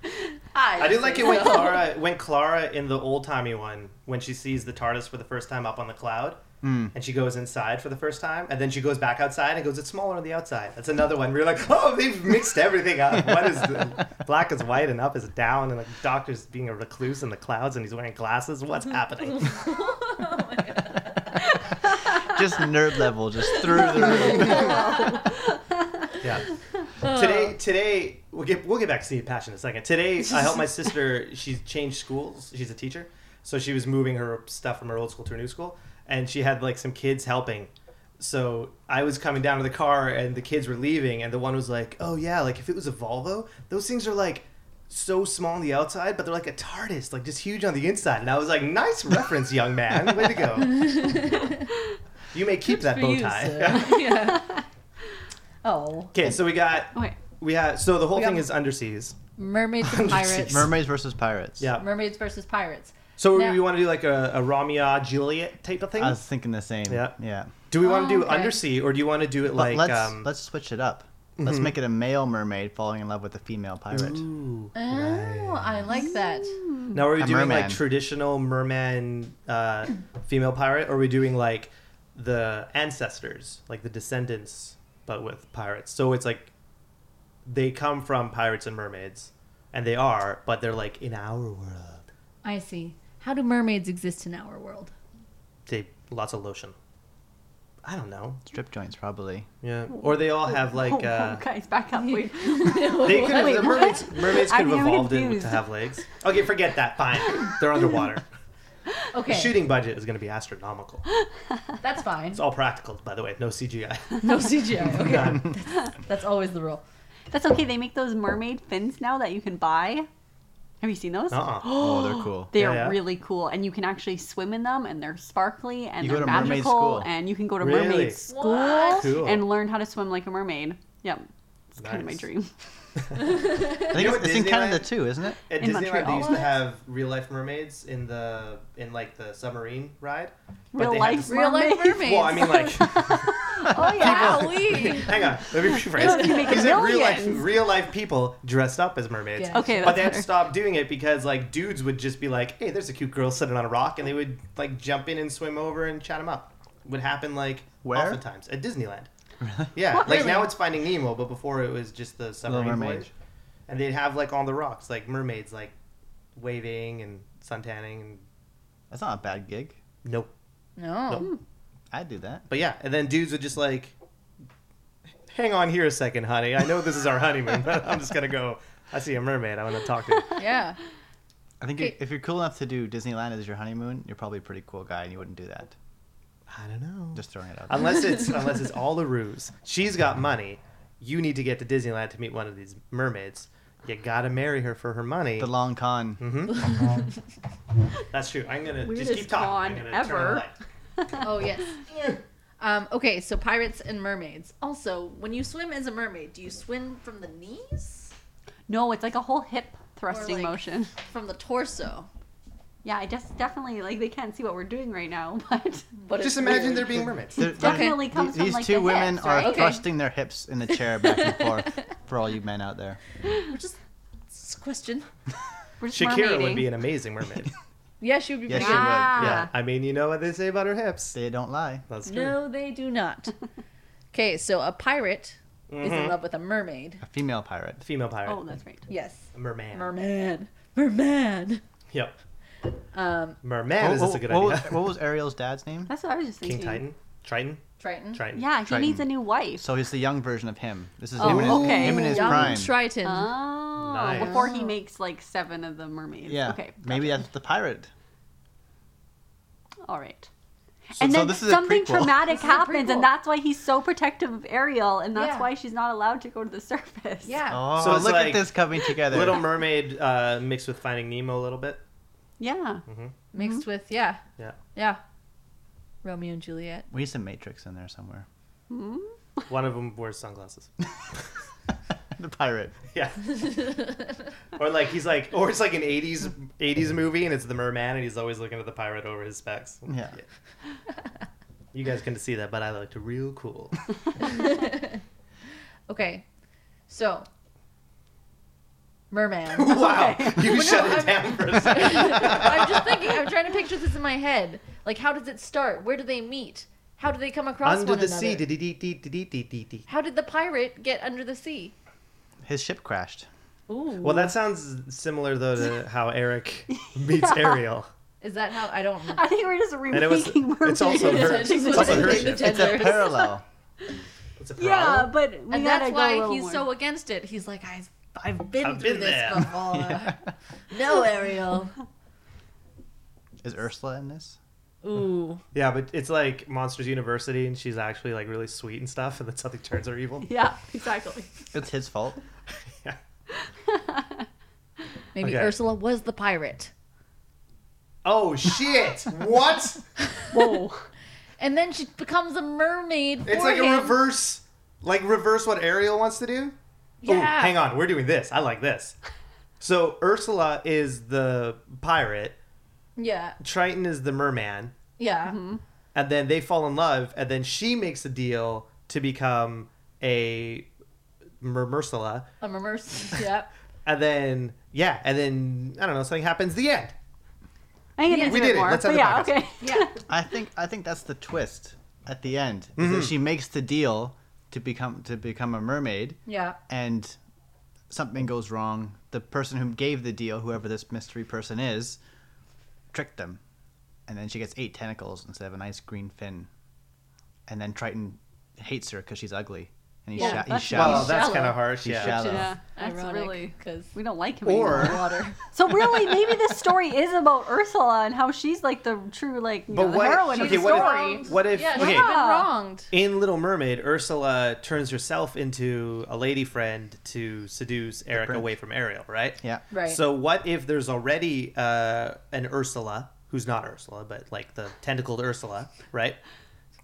B: I do like it when
A: went
B: Clara when Clara in the old timey one when she sees the TARDIS for the first time up on the cloud.
D: Mm.
B: And she goes inside for the first time, and then she goes back outside and goes, It's smaller on the outside. That's another one. We're like, Oh, they've mixed everything up. What is the, black is white and up is down, and the doctor's being a recluse in the clouds and he's wearing glasses. What's happening?
D: Just nerd level, just through the roof.
B: Yeah. Today, today we'll get we'll get back to Steve Patch in a second. Today, I helped my sister. She's changed schools. She's a teacher, so she was moving her stuff from her old school to her new school, and she had like some kids helping. So I was coming down to the car, and the kids were leaving, and the one was like, "Oh yeah, like if it was a Volvo, those things are like." So small on the outside, but they're like a TARDIS, like just huge on the inside. And I was like, "Nice reference, young man. Way to go! You may keep that bow tie."
A: yeah. Oh,
B: okay, so we got
C: Wait,
B: we have so the whole
A: We got-
B: thing is underseas.
A: mermaids and pirates.
D: Mermaids versus pirates.
B: Yeah.
A: Mermaids versus pirates.
B: So
A: Now-
B: we want to do like a, a Romeo Juliet type of thing.
D: I was thinking the same.
B: Yeah.
D: Yeah.
B: do we want to
A: Oh,
B: do
A: okay.
B: undersea or do you want to do it
D: But
B: like
D: let's
B: um?
D: let's switch it up. Let's make it a male mermaid falling in love with a female pirate.
C: Mm.
B: Ooh.
A: Oh, I like that.
B: Now are we
D: A
B: doing like
D: merman.
B: traditional merman uh, female pirate, or are we doing like the ancestors, like the descendants, but with pirates? So it's like they come from pirates and mermaids, and they are, but they're like in our world.
A: I see. How do mermaids exist in our world?
B: They lots of lotion. I don't know.
D: Strip joints, probably.
B: Yeah, or they all have like.
C: oh,
B: Uh,
C: guys, back up. Wait,
B: They could have,
C: Wait,
B: the mermaids, mermaids could
C: I'm
B: have evolved in
C: confused.
B: to have legs. Okay, forget that. Fine. They're underwater.
A: Okay,
B: The shooting budget is going to be astronomical.
A: that's fine.
B: It's all practical, by the way. No CGI.
A: No CGI. Okay, that's, that's always the rule.
C: that's okay. They make those mermaid fins now that you can buy. Have you seen those?
B: Uh-uh.
D: Oh, they're cool.
C: They
B: Yeah,
C: are
B: yeah.
C: really cool, and you can actually swim in them, and they're sparkly, and
D: You go
C: they're
D: to mermaid
C: magical,
D: school.
C: and you can go to
B: Really?
C: mermaid school
A: What?
B: Cool.
C: and learn how to swim like a mermaid. Yep, it's kind of my
B: Nice.
C: dream.
D: I think
B: You know
D: it's,
B: what
D: it's in Canada
B: Disneyland-
D: too, isn't it?
B: At
C: In
B: Disneyland, they
C: Montreal.
B: used to have real life mermaids in the in like the submarine ride. but
C: Real
B: they had
C: life
B: to-
A: Real life
C: Mermaids.
A: mermaids.
B: Well, I mean, like,
A: oh yeah, we.
B: hang on. Let me rephrase.
C: You make
B: These are real life,
C: millions.
B: real life people dressed up as mermaids.
A: Yeah.
C: Okay,
B: but
C: that's
B: they had to
C: better.
B: stop doing it because like dudes would just be like, "Hey, there's a cute girl sitting on a rock," and they would like jump in and swim over and chat them up. Would happen like
D: Where?
B: oftentimes at Disneyland. Yeah, like now it's Finding Nemo, but before it was just the submarine
D: Mermaid.
B: voyage, and they'd have like on the rocks like mermaids like waving and suntanning and
D: That's not a bad gig.
B: nope.
A: No.
D: I'd do that.
B: But yeah, and then dudes would just like, "Hang on here a second, honey. I know this is our honeymoon, but I'm just gonna go. I see a mermaid. I want to talk to." her."
A: Yeah.
D: I think
A: Okay.
D: if you're cool enough to do Disneyland as your honeymoon, you're probably a pretty cool guy, and you wouldn't do that.
B: I don't know.
D: Just throwing it out. there.
B: unless it's unless it's all a ruse. She's got money. You need to get to Disneyland to meet one of these mermaids. You gotta marry her for her money. Mm-hmm.
D: The long con.
B: That's true. I'm gonna just
C: Weirdest
B: keep talking.
C: con
B: I'm gonna turn on the
C: ever.
B: light.
A: Oh yes. Um, okay, so pirates and mermaids. Also, when you swim as a mermaid, do you swim from the knees?
C: No, it's like a whole hip thrusting
A: like-
C: motion.
A: from the torso.
C: Yeah, I just definitely like they can't see what we're doing right now, but
A: But
B: Just
A: it's
B: imagine
A: weird.
B: there being mermaids.
D: They're- they're-
C: Definitely
D: th-
C: comes from,
D: These
C: like,
D: two
C: the
D: women
C: hips,
D: are
C: right? Okay.
D: thrusting their hips in the chair back and forth for all you men out there.
A: Which is it's a question.
C: we're just
B: Shakira would
C: mermaiding.
B: be an amazing mermaid.
A: Yeah, she would be
D: Yes,
A: pretty
D: she would.
A: good.
B: yeah.
C: Ah.
B: I mean, you know what they say about her hips.
D: They don't lie.
B: That's true.
A: No, they do not. Okay, so a pirate is in
B: Mhm.
A: love with a mermaid.
D: A female pirate.
B: Female pirate.
C: Oh, that's right.
A: Yes.
B: merman.
A: Merman. Merman.
B: Yep.
A: Um,
B: Merman is
D: What-
B: a good
D: what,
B: idea.
D: Was, what was Ariel's dad's name?
C: That's what I was just
B: King
C: thinking.
B: Titan? Triton?
A: Triton.
B: Triton.
C: Yeah, he
D: Triton.
C: needs a new wife.
D: So he's the young version of him. This is
C: Oh,
D: him, in his,
C: okay.
D: him in his
A: Young
D: prime.
A: Triton.
C: Oh,
B: Nice.
C: before he
A: Oh.
C: makes like seven of the mermaids.
D: yeah.
C: Okay.
D: Maybe
C: gotcha.
D: that's the pirate.
C: all right.
D: So,
C: and
D: so
C: then
D: this is
C: something
D: a prequel.
C: traumatic
A: This is a
C: happens,
A: prequel.
C: and that's why he's so protective of Ariel, and that's
A: Yeah.
C: why she's not allowed to go to the surface.
A: yeah.
D: Oh,
B: So it's
D: look
B: like
D: at this coming together.
B: Little Mermaid uh, mixed with Finding Nemo a little bit.
C: Yeah.
A: Mixed with, yeah.
B: Yeah.
A: Yeah. Romeo and Juliet.
D: we need some Matrix in there somewhere.
C: Hmm?
B: One of them wears sunglasses.
D: the pirate.
B: Yeah. or like he's like, or it's like an '80s '80s movie, and it's the merman, and he's always looking at the pirate over his specs.
D: Yeah.
B: You guys couldn't see that, but I looked real cool.
A: Okay, so merman.
B: wow, you
A: no,
B: shut
A: I'm-
B: it down for a second.
A: I'm just thinking. I'm trying to picture this in my head. Like, how does it start? Where do they meet? How do they come across
B: Under
A: one
B: the
A: another?
B: sea, dee dee dee dee dee dee dee dee.
A: how did the pirate get under the sea?
D: His ship crashed.
A: Ooh,
B: Well, that sounds similar though to how Eric meets Ariel.
A: is that how? I don't. know.
C: I think we're just
B: it was-
C: remaking mermaids.
B: it's also her- it's
A: It's
B: also her
A: like
B: ship.
A: the
D: It's a
A: genders.
D: parallel.
B: It's a
C: Yeah,
B: problem.
C: but we
A: And
C: gotta
A: that's
C: go a
A: why
C: little
A: he's
C: more.
A: so against it. He's like, I've, I've been
B: I've
A: through
B: been
A: this
B: there."
C: Oh,
A: before. No, Ariel.
D: Is Ursula in this?
A: Ooh.
B: Yeah, but it's like Monsters University, and she's actually like really sweet and stuff, and then something turns her evil.
C: Yeah, exactly.
D: It's his fault.
B: Yeah.
A: Maybe
B: Okay.
A: Ursula was the pirate.
B: Oh shit! what?
C: Whoa.
A: And then she becomes a mermaid.
B: It's
A: for
B: like
A: him.
B: a reverse, like reverse what Ariel wants to do. Ooh,
A: Yeah.
B: hang on, we're doing this. I like this. So Ursula is the pirate,
A: Yeah.
B: Triton is the merman,
A: Yeah.
C: Mm-hmm.
B: and then they fall in love, and then she makes a deal to become a Mermersula,
A: A mermaid. Yeah.
B: and then yeah, and then I don't know, something happens. The end.
C: I think it
A: Yeah.
C: needs
B: We
C: a bit
B: did it.
C: more.
B: Let's
C: but
B: end the podcast.
C: yeah, okay.
A: Yeah.
D: I think I think that's the twist at the end. Is
B: Mm-hmm.
D: that she makes the deal to become to become a mermaid,
A: Yeah.
D: and something goes wrong. The person who gave the deal, whoever this mystery person is, tricked them, and then she gets eight tentacles instead of a nice green fin. And then Triton hates her because she's ugly, and he
A: Yeah,
D: sha- he
C: that's-
D: shallow.
B: Well, that's
A: shallow.
B: kind of harsh.
D: He's
B: Yeah.
D: shallow.
C: Yeah, that's
A: Ironic,
C: really.
A: because
C: We don't like him
B: Or-
C: anymore.
A: water.
C: So really, maybe this story is about Ursula and how she's like the true like you
B: But
C: know, the
B: what-
C: heroine
B: okay,
C: of the
B: what if-
C: story.
B: What if?
A: Yeah, she's
B: okay.
A: been wronged.
B: In Little Mermaid, Ursula turns herself into a lady friend to seduce Eric
D: prince.
B: away from Ariel, right?
D: Yeah.
A: Right.
B: So what if there's already uh, an Ursula who's not Ursula, but like the tentacled Ursula, right?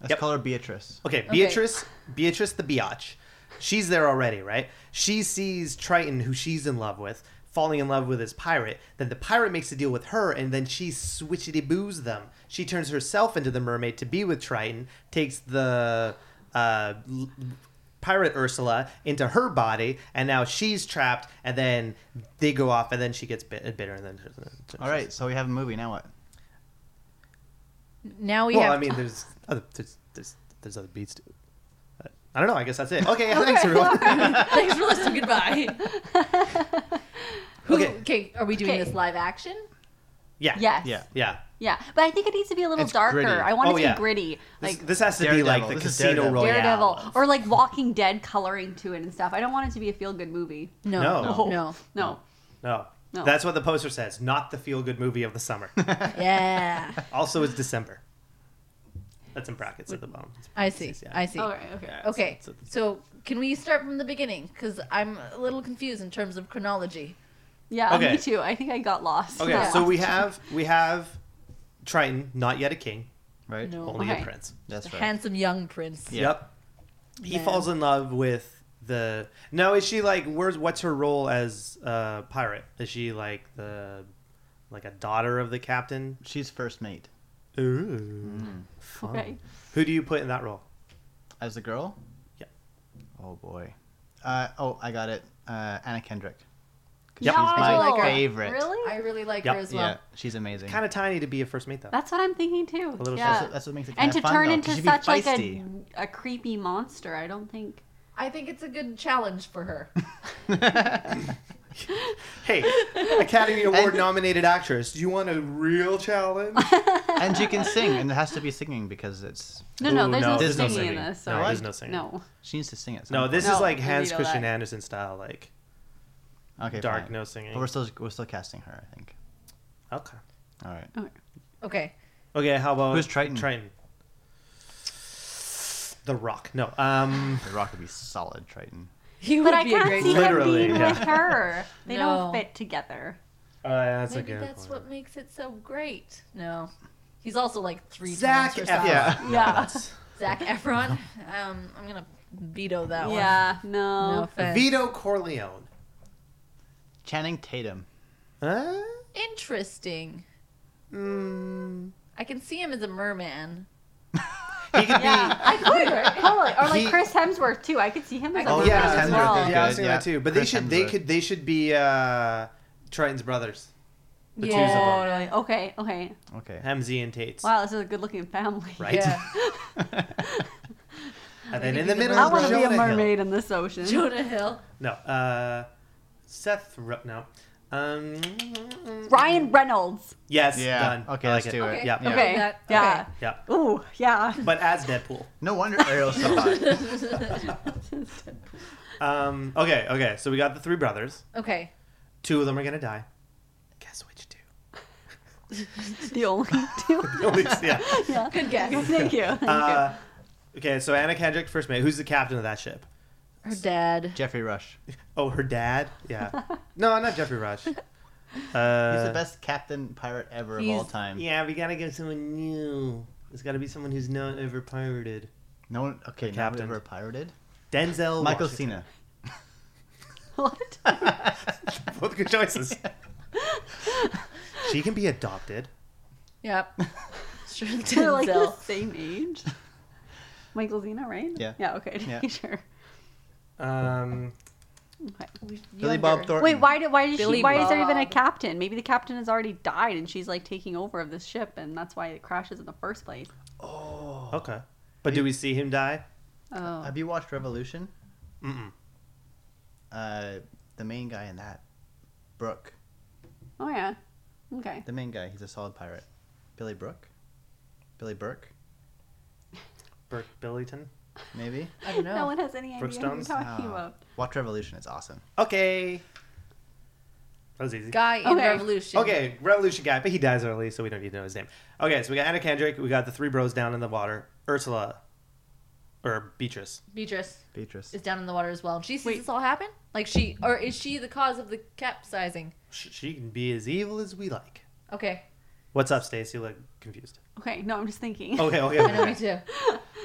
D: Let's
B: Yep.
D: call her Beatrice.
B: Okay, Beatrice, Beatrice the Biatch, she's there already, right? She sees Triton, who she's in love with, falling in love with his pirate. Then the pirate makes a deal with her, and then she switchity boos them. She turns herself into the mermaid to be with Triton, takes the uh, l- pirate Ursula into her body, and now she's trapped. And then they go off, and then she gets bit, bitter, and then uh,
D: All right, so we have a movie now. What?
A: now we
B: well,
A: have.
B: I mean, there's other there's there's, there's other beats to it. But I don't know. I guess that's it. Okay, thanks everyone.
A: Thanks for listening. Goodbye. Who-
B: Okay.
A: Okay. Are we doing
C: Okay.
A: this live action?
B: Yeah.
C: Yes.
D: Yeah.
B: Yeah.
C: Yeah, but I think it needs to be a little
D: It's
C: darker.
D: gritty.
C: I want it
B: Oh,
C: to
B: yeah.
C: be gritty,
B: This,
C: like
B: this has to be
D: Daredevil.
B: like the oh,
D: This is
B: Casino
D: Daredevil.
B: Royale.
C: Daredevil
B: of-
C: or like Walking Dead coloring to it and stuff. I don't want it to be a feel good movie.
B: No.
A: No. No.
C: No.
B: no.
C: No.
B: That's what the poster says. Not the feel good movie of the summer.
A: Yeah.
B: also, it's December. That's in brackets at the bottom.
A: I see.
B: Yeah.
A: I see.
C: Okay. Okay.
B: Yeah,
A: Okay.
B: it's- it's-
A: So can we start from the beginning? Because I'm a little confused in terms of chronology.
C: Yeah,
B: Okay.
C: me too. I think I got lost.
B: okay,
C: Yeah.
B: so we have we have Triton, not yet a king,
D: Right.
A: No.
B: only
C: Okay.
B: a prince.
D: That's
A: The
D: right.
A: handsome young prince.
D: Yeah.
B: Yep. He
A: Man.
B: falls in love with the now is she like where's what's her role as uh, pirate? Is she like the like a daughter of the captain?
D: She's first mate.
B: Ooh. Fun.
C: Hmm. Okay.
B: Who do you put in that role?
D: As the girl?
B: Yeah.
D: Oh boy. Uh, oh, I got it. Uh, Anna Kendrick. 'Cause
A: Yeah,
D: she's
A: I
D: my
A: like her.
D: favorite.
C: Really?
A: I really like
B: Yep.
A: her as well.
D: Yeah, she's amazing.
B: Kind of tiny to be a first mate though.
C: That's what I'm thinking too.
B: little
C: yeah.
D: that's, what- that's what makes it
C: and
D: kind
C: to
D: of fun
C: turn
D: though, 'cause
C: into
D: she'd be
C: such like a,
D: feisty.
C: a creepy monster, I don't think.
A: I think it's a good challenge for her.
B: Hey, Academy Award nominated actress, you want a real challenge?
D: and she can sing, and it has to be singing because it's
C: No, no,
B: Ooh,
C: there's
B: no,
C: no,
B: there's
D: no
C: singing in
B: singing.
C: this.
B: No,
C: So
B: there's no singing.
C: No.
D: she needs to sing it.
B: No, this
C: No,
B: is like
C: we
B: Hans
C: know
B: Christian
C: that.
B: Andersen style, like
D: okay,
B: dark,
D: fine.
B: no singing.
D: But we're still we're still casting her, I think.
B: Okay.
D: All right.
A: Okay.
B: Okay, how about
D: Who's Triton?
B: Triton. The Rock. No. Um.
D: The Rock would be solid Triton.
A: He would
C: But I
A: be a great
C: can't see him
B: Literally,
C: being
B: yeah.
C: with her. They
A: No.
C: don't fit together.
B: Uh, that's
A: Maybe
B: a good
A: that's
B: point.
A: what makes it so great. No. He's also like three
B: Zac
A: times her
B: Efron.
A: size.
D: Yeah.
B: No,
C: Yeah.
B: that's-
A: Zac Efron. Um, I'm gonna veto that one.
C: Yeah,
A: No
C: no.
A: offense.
B: Vito Corleone.
D: Channing Tatum.
B: Huh?
A: Interesting.
B: Mm.
A: I can see him as a merman.
B: He could
C: Yeah, I could totally. Or like
B: He-
C: Chris Hemsworth too. I could see him as a
A: Oh,
C: oh,
B: yeah,
D: Chris
C: as
D: Hemsworth
C: well.
D: is
B: be. Yeah, I was
D: good,
B: thinking
D: yeah.
B: that too. But they
D: Chris
B: should. They
D: Hemsworth.
B: could. They should be uh, Triton's brothers. The
A: yeah.
B: twos of them.
C: Totally. Okay, okay.
D: Okay.
B: Hemsy and Tate's.
C: Wow, this is a good-looking family.
B: Right.
A: Yeah.
B: And then in the
A: I
B: middle,
C: I
B: is
C: want to be a
B: Jonah Hill.
C: mermaid in this ocean.
A: Jonah Hill.
B: No. Uh, Seth. Ro- no. Um.
C: Ryan Reynolds.
B: Yes.
D: Yeah.
B: Done.
D: Okay,
B: I
D: let's
B: like
D: do it.
A: Okay.
D: Yeah.
A: Okay.
D: yeah.
C: Okay.
A: that-
C: yeah.
B: Yeah.
C: Ooh, yeah.
B: But as Deadpool.
D: No wonder Ariel's so hot.
B: Um. Okay. Okay. So we got the three brothers.
A: Okay.
B: Two of them are gonna die. Guess which two?
C: the only two.
B: At least, yeah.
A: Good guess.
C: Thank you. Thank
B: Uh, okay. So Anna Kendrick, first mate. Who's the captain of that ship?
A: Her dad.
D: Jeffrey Rush.
B: Oh, her dad. Yeah. No, not Jeffrey Rush. Uh,
D: He's the best captain pirate ever of all
A: he's-
D: time.
B: Yeah, we gotta get someone new. There's gotta be someone who's not over pirated.
D: No one. Okay. No one
B: captain.
D: ever pirated.
B: Denzel.
D: Michael
B: Washington.
D: Cena.
C: you. What?
B: Both good choices. she can be adopted.
A: Yep. Sure.
C: They're like the
A: Denzel.
C: same age. Michael Zena, right?
D: Yeah.
C: Yeah. Okay.
D: Yeah.
C: Yeah. sure.
B: Um,
C: Okay.
D: Billy Bob
A: Younger.
D: Thornton.
C: Wait, why did why did
A: Billy
C: she why is there even a
A: Bob.
C: captain? Maybe the captain has already died and she's like taking over of this ship and that's why it crashes in the first place.
D: Oh.
B: okay. But do we see him die?
C: Oh.
D: Have you watched Revolution?
B: Mm-mm.
D: Uh, the main guy in that, Brooke.
C: Oh yeah. Okay.
D: The main guy. He's a solid pirate. Billy Brooke. Billy Burke.
B: Burke Billington?
D: Maybe.
A: I don't know.
C: No one has any idea
B: Brooke
C: what you're
B: Stone's?
C: talking
D: Oh.
C: about.
D: Watch Revolution. It's awesome.
B: Okay. That was easy.
A: Guy in
C: Okay.
A: Revolution.
B: Okay, Revolution guy, but he dies early, so we don't need to know his name. Okay, so we got Anna Kendrick, we got the three bros down in the water, Ursula, or Beatrice.
A: Beatrice
D: Beatrice.
A: is down in the water as well. and She sees
C: Wait.
A: this all happen. Like she, or is she the cause of the capsizing?
B: Sh- She can be as evil as we like.
A: Okay.
B: What's up, Stace? You look confused.
C: Okay, no, I'm just thinking.
B: Okay, okay.
A: I know
B: okay.
A: me too.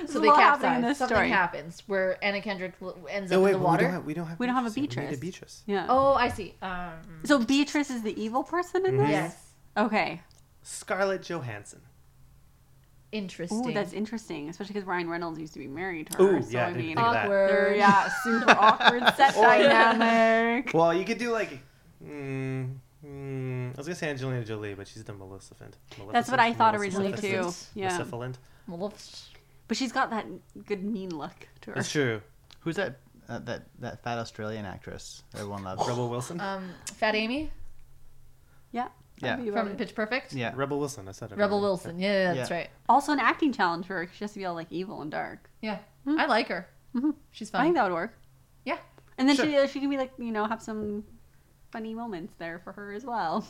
A: So
C: a
A: they
C: lot happening in
A: capsize.
C: this
A: Something
C: story.
A: happens where Anna Kendrick l- ends
B: No,
A: up
B: Oh, wait,
A: in the
B: but we
A: water.
B: don't have, we don't have
C: We don't have a
B: yet. We need a
C: Beatrice.
B: Beatrice.
C: Yeah.
A: Oh, I see. Um,
C: So Beatrice is the evil person
A: Mm-hmm.
C: in this?
A: yes.
C: Okay.
B: Scarlett Johansson.
A: Interesting.
C: Ooh, that's interesting, especially because Ryan Reynolds used to be married to her.
B: Ooh,
C: so
B: yeah, I
C: I
B: didn't
C: mean,
B: think of that.
C: they're,
A: awkward.
C: yeah, super awkward set
B: Or-
C: dynamic.
B: Well, you could do like. Mm, mm, I was gonna say Angelina Jolie, but she's the Maleficent. Maleficent
C: That's what I thought
B: Maleficent,
C: originally too.
A: Maleficent.
C: Yeah,
B: Maleficent.
A: Maleficent.
C: but she's got that good mean look to her.
B: That's true.
D: Who's that? Uh, that that fat Australian actress that everyone loves.
B: Rebel Wilson.
C: Uh,
A: Um, Fat Amy
C: Yeah.
D: Yeah.
C: that'd be about
A: from
C: it.
A: Pitch Perfect.
D: yeah.
B: Rebel Wilson. I said it.
A: Rebel
B: already.
A: Wilson. Yeah, that's
D: Yeah.
A: right.
C: Also, an acting challenge for her. 'cause She has to be all like evil and dark.
A: Yeah, I like her. She's
C: Hmm. Mm-hmm. I
A: fine.
C: think that would work.
A: Yeah.
C: And then
B: Sure.
C: she she can be like you know have some funny moments there for her as well.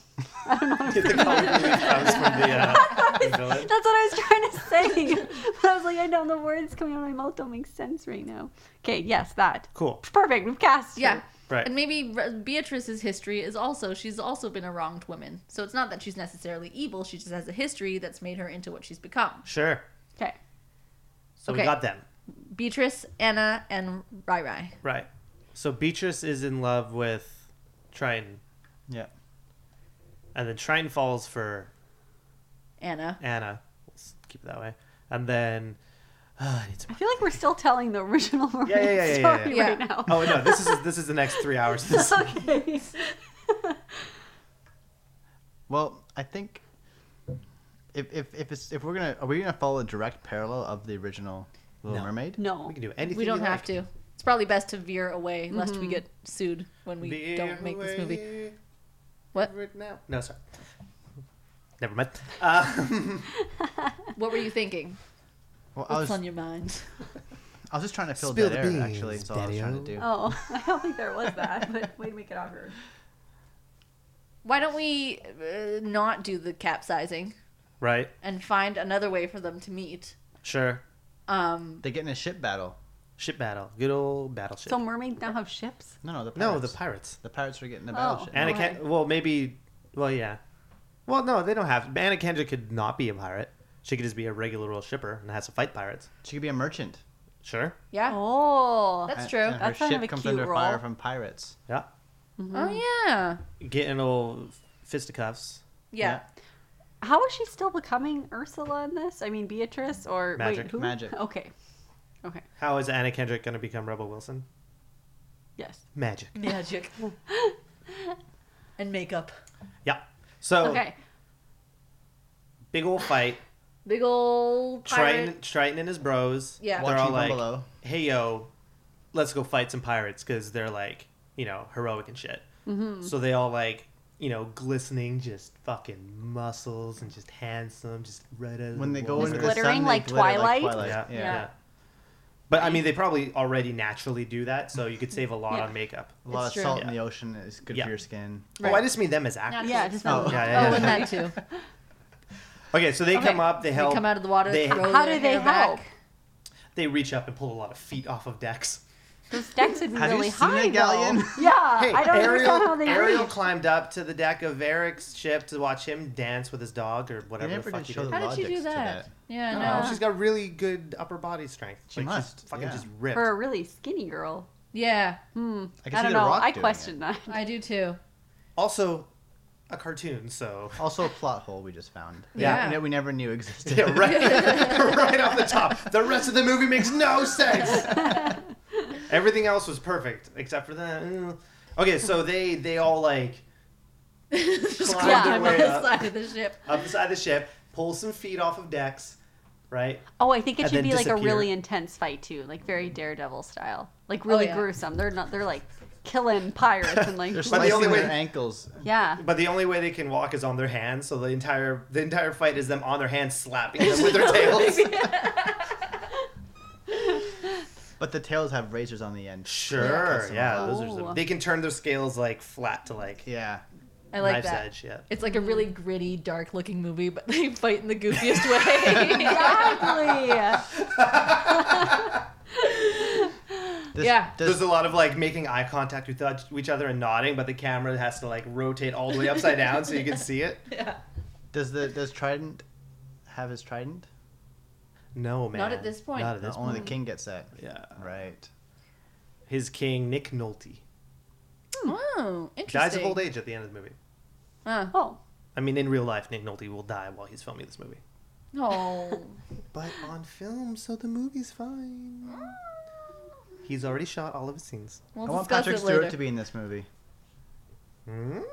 C: I don't know.
B: Get the comic relief comes from the, uh, the villain.
C: That's what I was trying to say. but I was like, I know the words coming out of my mouth don't make sense right now. Okay, yes, that.
B: Cool.
C: Perfect. We've cast. her.
A: Yeah.
B: Right.
A: And maybe Re- Beatrice's history is also she's also been a wronged woman. So it's not that she's necessarily evil. She just has a history that's made her into what she's become.
B: Sure.
C: Okay.
B: So we
A: Okay.
B: got them.
A: Beatrice, Anna, and Rai Rai.
B: Right. So Beatrice is in love with Triton,
D: Yeah.
B: and then Triton falls for
A: Anna.
B: Anna. Let's keep it that way. And then Ah, I need some.
C: I feel like we're still telling the original mermaid
B: yeah, yeah, yeah, yeah,
C: story
A: yeah.
C: right
A: Yeah.
C: now.
B: Oh no, this is this is the next three hours. of This
C: okay.
D: Well, I think if if if it's if we're gonna are we gonna follow a direct parallel of the original Little
B: No.
D: Mermaid?
C: No.
B: we can do anything.
A: We don't
B: you
A: have
B: like.
A: to. It's probably best to veer away lest
C: Mm-hmm.
A: we get sued when we
B: Be
A: don't make this movie.
B: away
A: What?
B: right now. No, sorry. Never mind. Um,
A: What were you thinking?
D: Well, I
A: What's
D: was
A: on your mind?
D: I was just trying to fill
B: Spill
D: dead
B: the
D: air
B: beans,
D: actually. That's all I was trying to do.
C: Oh, I don't think there was that, but way to make it awkward.
A: Why don't we uh, not do the capsizing
B: right.
A: and find another way for them to meet?
B: Sure.
A: Um,
D: They get in a ship battle.
B: Ship battle. Good old battleship.
C: So mermaids now have ships?
D: No, no, the
B: no,
D: pirates.
B: the pirates.
D: the pirates are getting a
C: Oh.
D: battleship.
B: Anna
C: Why?
B: Ken- well, maybe. Well, yeah. Well, no, they don't have. Anna Kendrick could not be a pirate. She could just be a regular old shipper and has to fight pirates.
D: She could be a merchant.
B: Sure.
A: yeah,
C: Oh.
A: that's
D: And-
A: true.
D: And her
C: That's kind
D: ship
C: of a
D: comes
C: cute
D: under
C: role.
D: fire from pirates.
B: Yeah.
A: Oh yeah.
B: Getting old fisticuffs.
A: yeah,
C: How is she still becoming Ursula in this? I mean, Beatrice or
B: Magic.
C: wait, who?
D: Magic.
C: Okay. Okay.
B: How is Anna Kendrick going to become Rebel Wilson?
C: Yes.
B: Magic.
A: magic and makeup.
B: Yeah. So
C: Okay.
B: big old fight.
A: Big old pirate.
B: Triton, Triton and his bros.
A: Yeah.
B: They're all
D: Watching
B: like,
D: from below.
B: "Hey yo, let's go fight some pirates" because they're like, you know, heroic and shit.
A: Mm-hmm.
B: So they all like, you know, glistening, just fucking muscles and just handsome, just red as
D: When they go
C: Just
D: into the
C: glittering
D: sun, they
C: like
D: glitter
C: Twilight?
B: yeah, yeah,
D: yeah.
B: But I mean, they probably already naturally do that, so you could save a lot
C: Yeah.
B: on makeup.
D: A
A: It's
D: lot of
A: true.
D: salt
B: Yeah.
D: in the ocean is good
B: Yeah.
D: for your skin.
A: Right.
B: Oh, I just mean them as actors.
A: Not
C: Yeah, just
D: Oh.
A: Oh,
B: Yeah, yeah,
A: oh,
B: yeah.
A: and that too.
B: Okay, so they
A: Okay.
B: come up, they help,
A: come out of the water.
B: they,
A: throw
C: How
A: their
C: do they
A: hair back.
C: help?
B: they reach up and pull a lot of feet off of decks.
C: Those decks would be
D: Have
C: really
D: you seen
C: high.
D: a galleon?
C: though. Yeah.
B: Hey,
C: Uh, I don't
B: Ariel,
C: understand how they
B: Ariel
C: reach.
B: climbed up to the deck of Eric's ship to watch him dance with his dog or
D: They
B: whatever the
D: never
B: fuck
D: did
B: he
D: show
B: did.
D: the
A: How did she
D: logics
A: do
D: to
A: that?
D: that.
A: Yeah,
B: I
A: no.
B: don't know, She's got really good upper body strength.
D: She
B: Like, She's
D: must,
B: fucking
D: yeah.
B: just ripped.
C: For a really skinny girl. Hmm.
A: Yeah,
D: I, can
C: I
D: see
C: don't
D: The
C: know.
D: Rock
C: I
D: doing it.
C: question that.
A: I do too.
B: Also, a cartoon, so.
D: Also, a plot hole we just found.
A: Yeah.
D: That we never knew existed.
B: Yeah, right, right off the top. The rest of the movie makes no sense. Everything else was perfect except for that. mm. Okay, so they they all like
A: Just
B: Climb
A: climb
B: their
A: up
B: way
A: the
B: up.
A: side of the ship.
B: up the side of the ship, pull some feet off of decks, right?
C: Oh, I think it
B: And
C: should
B: then
C: be like a
B: disappear.
C: really intense fight too, like
D: Mm.
C: very daredevil style, like really
A: yeah.
C: gruesome. They're not. They're like killing pirates and like.
D: They're
B: But the
D: slicing
B: only way-
D: their ankles.
C: yeah.
B: But the only way they can walk is on their hands, so the entire the entire fight is them on their hands slapping them with their tails.
D: But the tails have razors on the end.
B: Sure,
D: Cuts them
B: yeah,
D: off.
B: those are some,
C: Oh.
B: they can turn their scales like flat to like
D: Yeah.
A: I like
B: knife's
A: that.
B: edge. Yeah,
A: It's like a really gritty, dark-looking movie, but they fight in the goofiest way.
C: Exactly.
D: This,
A: Yeah.
D: This,
B: there's a lot of like making eye contact with each- each other and nodding, but the camera has to like rotate all the way upside down so you can see it.
D: does the does Trident have his trident?
B: No man,
A: Not at this point.
B: Not at
D: No,
B: this
D: only
B: point.
D: the king gets that.
B: Yeah,
D: Right.
B: his king Nick Nolte
A: oh, interesting.
B: dies Hmm. of old age at the end of the movie.
A: Huh.
C: Oh.
B: I mean, in real life, Nick Nolte will die while he's filming this movie.
A: Oh.
B: But on film, so the movie's fine. He's already shot all of his scenes.
A: We'll
D: I want
A: discuss
D: Patrick
A: it later.
D: Stewart to be in this movie.
B: Mm.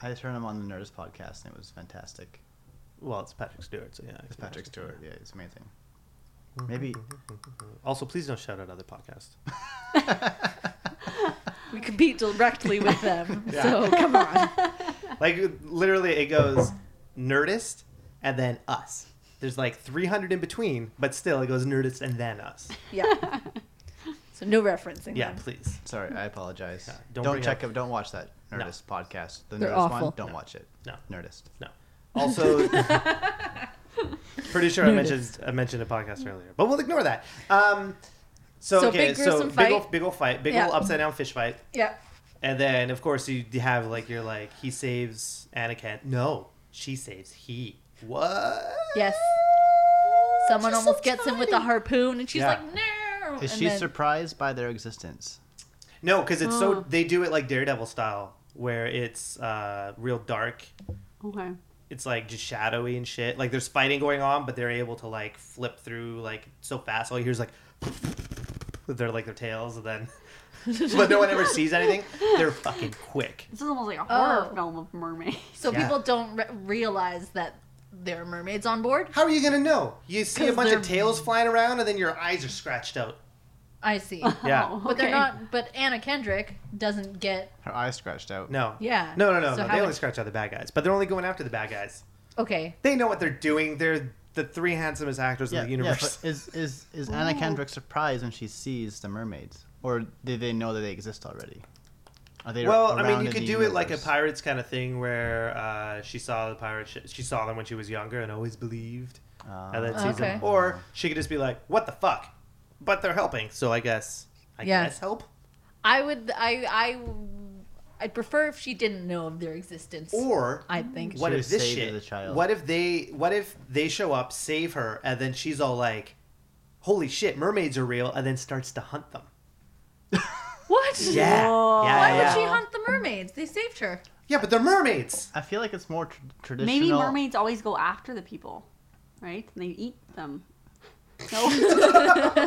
D: I just heard him on the Nerdist podcast and it was fantastic.
B: Well, it's Patrick Stewart, so yeah.
D: It's Patrick Stewart. Yeah, it's amazing.
B: Mm-hmm.
D: Maybe
B: Also, please don't shout out other podcasts.
A: We compete directly with them,
B: Yeah.
A: so come on.
B: like literally, it goes Nerdist and then us. There's like 300 in between, but still, it goes Nerdist and then us.
A: Yeah. So no referencing.
B: Yeah,
A: them.
B: please.
D: sorry, I apologize.
B: Yeah, don't
D: don't
B: bring
D: check
B: up-
D: up. Don't watch that Nerdist podcast. The
A: They're
D: Nerdist
A: awful.
D: one. Don't watch it.
B: No.
D: Nerdist.
B: No. Also, pretty sure I mentioned I mentioned a podcast earlier, but we'll ignore that. Um, so,
A: So
B: okay,
A: big
B: so
A: gruesome
B: big
A: fight.
B: Ol, big ol' fight, big
A: Yeah.
B: ol' upside down fish fight,
A: Yeah.
B: and then of course you have like you're like he saves Anakin. No, she saves he. What?
A: Yes. Someone
B: Ah, She's so
A: almost gets him with a
B: tiny.
A: harpoon, and she's
B: Yeah.
A: like, "No."
D: Is
A: and
D: she
A: then-
D: surprised by their existence?
B: No, because it's so they do it like Daredevil style, where it's uh, real dark.
C: Okay.
B: It's like just shadowy and shit. Like there's fighting going on, but they're able to like flip through like so fast. All you hear is like they're like their tails, and then but no one ever sees anything. They're fucking quick.
C: This is almost like a horror
A: Oh.
C: film of mermaids.
A: So
B: Yeah.
A: people don't re- realize that there are mermaids on board.
B: How are you gonna know? You see a
A: 'Cause
B: bunch
A: they're-
B: of tails flying around, and then your eyes are scratched out.
A: I see.
B: Yeah.
C: Oh,
A: But they're
C: okay.
A: not. But Anna Kendrick doesn't get.
D: Her eyes scratched out.
B: No.
A: Yeah.
B: No, no, no,
A: So
B: no.
A: how
B: They
A: would-
B: only scratch out the bad guys, but they're only going after the bad guys.
A: Okay.
B: They know what they're doing. They're the three handsomest actors in the universe.
D: but is is is Anna Kendrick surprised when she sees the mermaids, or do they know that they exist already? Are they
B: well, I
D: around
B: mean, you
D: in
B: could
D: the
B: do it like a
D: universe?
B: pirates kind of thing, where uh, she saw the pirate. Sh- she saw them when she was younger and always believed,
D: Uh,
B: and then sees them.
A: Oh, Okay.
B: Or she could just be like, "What the fuck?" But they're helping, so I guess. I
A: Yeah.
B: guess help.
A: I would. I. I. I'd prefer if she didn't know of their existence.
B: Or
A: I think.
B: what
D: She
B: if
D: was
B: this
D: saved
B: shit?
D: as a child.
B: What if they? What if they show up, save her, and then she's all like, "Holy shit, mermaids are real!" and then starts to hunt them.
A: What?
B: Yeah,
C: Whoa.
B: yeah,
A: Why
B: yeah.
A: would she hunt the mermaids? They saved her.
B: Yeah, but they're mermaids.
D: I feel like it's more tr- traditional.
C: Maybe mermaids always go after the people, right? And they eat them. No.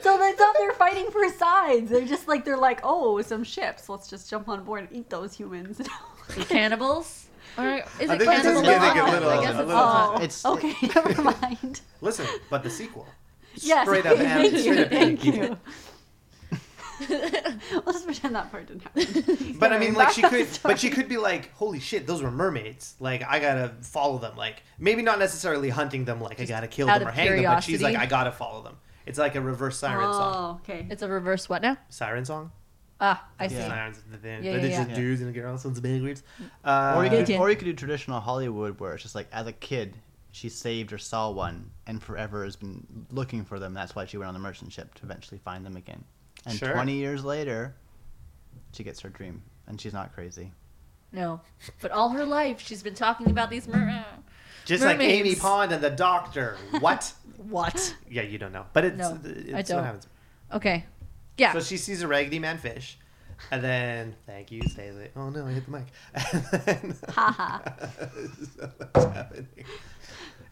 C: so that's how they're fighting for sides. They're just like they're like, oh, some ships. Let's just jump on board and eat those humans.
A: Cannibals. Or is
B: I
A: it
B: think this
A: cannibal?
B: is getting a
A: I
B: little-
A: guess
B: a
A: it's
B: little-
A: not.
C: oh,
D: It's-
C: okay. Never mind.
B: Listen, but the sequel.
C: Yes.
B: Straight up and
C: thank you.
B: straight up eating
C: Thank
B: people.
C: you. Let's pretend that part didn't happen.
B: But I mean, like she
C: Back
B: could,
C: up.
B: but she could be like, "Holy shit, those were mermaids! Like I gotta follow them. Like maybe not necessarily hunting them. Like I gotta kill
A: out
B: them or
A: of
B: hang them. But she's
A: curiosity.
B: like, I gotta follow them. It's like a reverse siren song.
C: Oh, okay.
A: It's a reverse what now?
B: Siren song.
A: Ah, I see.
D: Yeah.
B: Sirens. The thing.
A: Yeah,
B: but
A: yeah,
B: it's just
D: yeah.
B: dudes and girls. So it's big weird. Uh,
D: Or you, could,
A: Gidget.
D: or you could do traditional Hollywood where it's just like as a kid, she saved or saw one and forever has been looking for them. That's why she went on the merchant ship to eventually find them again. And
B: Sure.
D: 20 years later, she gets her dream and she's not crazy.
A: No, but all her life she's been talking about these mer.
B: just like
A: mermaids.
B: Amy Pond and the Doctor. What?
A: What?
B: yeah, you don't know, but it's,
A: No,
B: it's
A: I don't.
B: what happens.
A: Okay. Yeah.
B: So she sees a raggedy man fish, and then thank you, Staley. Oh no, I hit the mic. And then,
C: Haha.
B: So what's happening?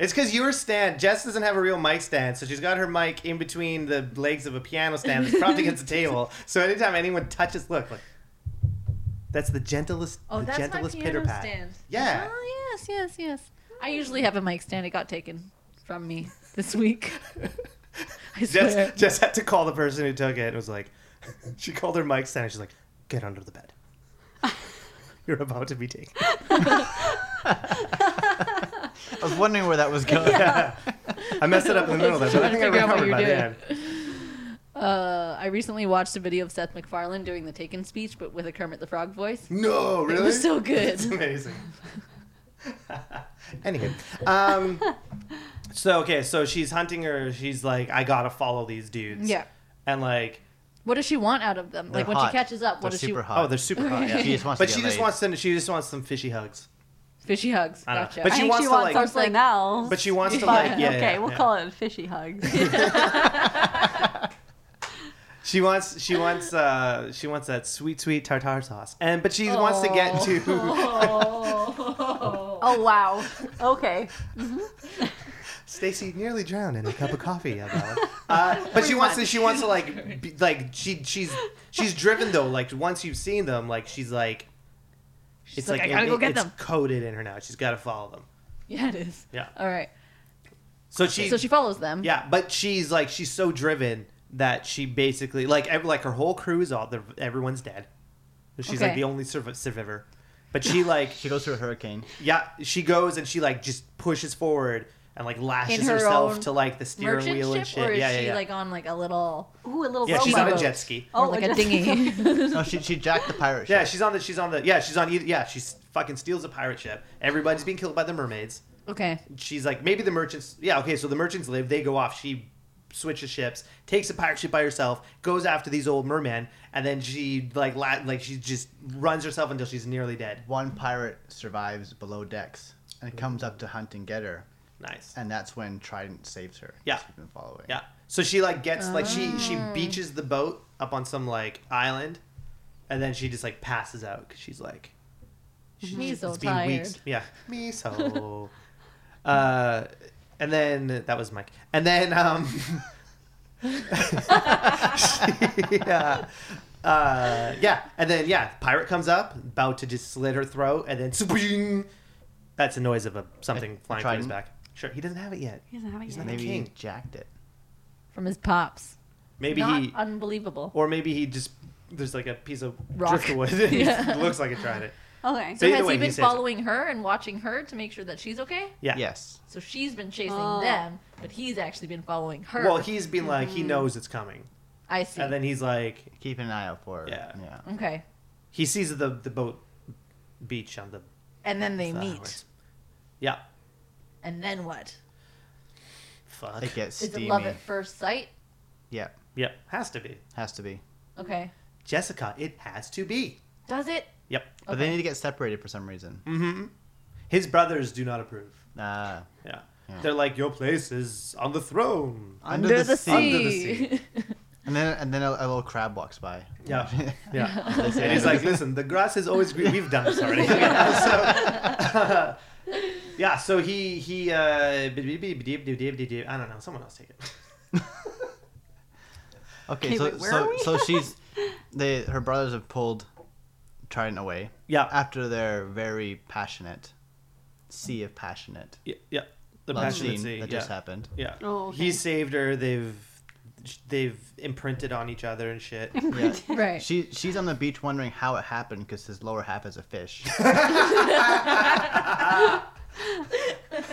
B: It's because your stand, Jess doesn't have a real mic stand, so she's got her mic in between the legs of a piano stand that's propped against the table. So anytime anyone touches, look, like that's the gentlest,
A: oh,
B: the
A: that's
B: gentlest
A: my
B: pitter
A: piano
B: pat.
A: stand.
B: Yeah.
A: Oh yes, yes, yes. I usually have a mic stand. It got taken from me this week. I swear.
B: Jess, Jess had to call the person who took it and was like, she called her mic stand and she's like, get under the bed. You're about to be taken.
D: I was wondering where that was going.
B: I messed it up in the middle there, but I think I
A: Figure out what
B: recovered
A: you're
B: by
A: doing.
B: the end.
A: Uh, I recently watched a video of Seth MacFarlane doing the Taken speech, but with a Kermit the Frog voice.
B: No,
A: It
B: really?
A: was so good.
B: It's amazing. anyway, um, so okay, so she's hunting her. She's like, I gotta follow these dudes.
A: Yeah.
B: and like,
A: What does she want out of them?
D: They're
A: like when
D: hot.
A: she catches up,
D: They're
A: what does
D: super
A: she?
D: hot.
B: oh, they're super hot. Yeah.
A: Okay.
D: She just wants to
B: but
D: get
B: she just
D: laid.
B: wants some. She just wants some fishy hugs.
A: Fishy hugs.
B: I don't know.
A: Gotcha.
B: But
C: I
B: she
C: think
B: wants
C: she
B: to,
C: wants
B: like-
C: something else.
B: But she wants to
C: Fine,
B: like, yeah.
C: okay,
B: yeah,
C: we'll
B: yeah.
C: call it fishy hugs.
B: She wants. She wants. Uh, she wants that sweet, sweet tartar sauce. And but she wants to get
A: Oh.
B: to
C: oh wow. Okay.
B: Stacy nearly drowned in a cup of coffee. About it. Uh, but she wants to. She wants to like, be, like she she's she's driven though. Like once you've seen them, like she's like, it's
A: like,
B: like,
A: "I gotta
B: it-
A: go
B: it-
A: get
B: it's
A: them."
B: coded in her now. She's got to follow them.
A: yeah, it is.
B: Yeah.
A: All right.
B: So she,
A: so she follows them.
B: yeah, but she's like she's so driven that she basically like ev- like her whole crew is all they're- everyone's dead. She's like
A: Okay.
B: the only surv- survivor. But she like
D: She goes through a hurricane.
B: yeah, she goes and she like just pushes forward and like lashes
A: her
B: herself
A: own
B: to like the steering
A: Merchant
B: wheel
A: ship,
B: and shit.
A: or is
B: yeah, yeah,
A: she
B: yeah.
A: like on like a little,
C: Ooh, a little Oh,
B: yeah,
C: rowboat.
B: she's on a
A: rowboat?
B: jet ski.
A: or like a
C: just-
A: dinghy?
D: No, she, she jacked the pirate ship.
B: Yeah, she's on the she's on the yeah she's on either, yeah she fucking steals a pirate ship. Everybody's being killed by the mermaids.
A: okay.
B: She's like maybe the merchants. Yeah, okay, so the merchants live. They go off. She switches ships, takes a pirate ship by herself, goes after these old mermen, and then she like la- like she just runs herself until she's nearly dead.
D: One pirate survives below decks and comes up to hunt and get her.
B: Nice.
D: And that's when Trident saves her.
B: Yeah.
D: She's been following.
B: Yeah. So she like gets like she she
A: Oh.
B: beaches the boat up on some like island, and then she just like passes out because she's like, she-
A: Me so tired.
B: Yeah, me so. uh, and then that was Mike. And then um, she, uh, uh, yeah, and then yeah, pirate comes up, about to just slit her throat, and then swing. That's the noise of a something flying from his
D: trident?
B: back. Sure, he doesn't have it yet.
C: He doesn't have it
B: He's
C: yet.
B: not
D: Maybe
B: king.
D: he jacked it.
A: from his pops.
B: Maybe
A: Not
B: he
A: unbelievable.
B: Or maybe he just there's like a piece of
A: Rock.
B: driftwood. and he
A: Yeah.
B: looks like a trident.
C: Okay.
A: So
B: either
A: has
B: way,
A: he
B: he
A: been
B: saves her.
A: following her and watching her to make sure that she's okay?
B: Yeah.
D: Yes.
A: So she's been chasing
C: Oh.
A: them, but he's actually been following her.
B: Well, he's been like he knows it's coming,
A: I Mm. see.
B: and then he's like
D: Keep an eye out for it.
B: Yeah.
D: Yeah.
A: okay,
B: he sees the the boat beach on the
A: and then they
B: flowers.
A: meet,
B: Yeah.
A: and then what?
B: Fuck.
D: It gets
A: Is
D: steamy.
A: it love at first sight?
D: Yeah.
B: Yep. Has to be
D: Has to be.
A: Okay,
B: Jessica. It has to be.
A: does it?
B: Yep.
D: But they need to get separated for some reason.
B: Mm-hmm. His brothers do not approve.
D: Uh,
B: Yeah.
D: Yeah.
B: They're like your place is on the throne.
D: under, the, sea.
B: Under the sea.
D: And then and then a, a little crab walks by.
B: Yeah. Yeah.
D: They say-
B: and he's like, "Listen, the grass is always green. We've done this already." You know, so- yeah. So he he. Uh, I don't know. Someone else take it.
D: okay,
C: Okay,
D: so
C: wait, where
D: so,
C: are we?
D: so she's they her brothers have pulled Trident away
B: Yeah.
D: after their very passionate sea of passionate
B: Yeah. yeah. The
D: love
B: passionate
D: scene
B: sea.
D: that
B: yeah.
D: just happened.
B: yeah.
C: Oh, okay.
B: He saved her. They've they've imprinted on each other and shit.
D: Yeah.
A: Right.
D: She she's on the beach wondering how it happened because his lower half is a fish.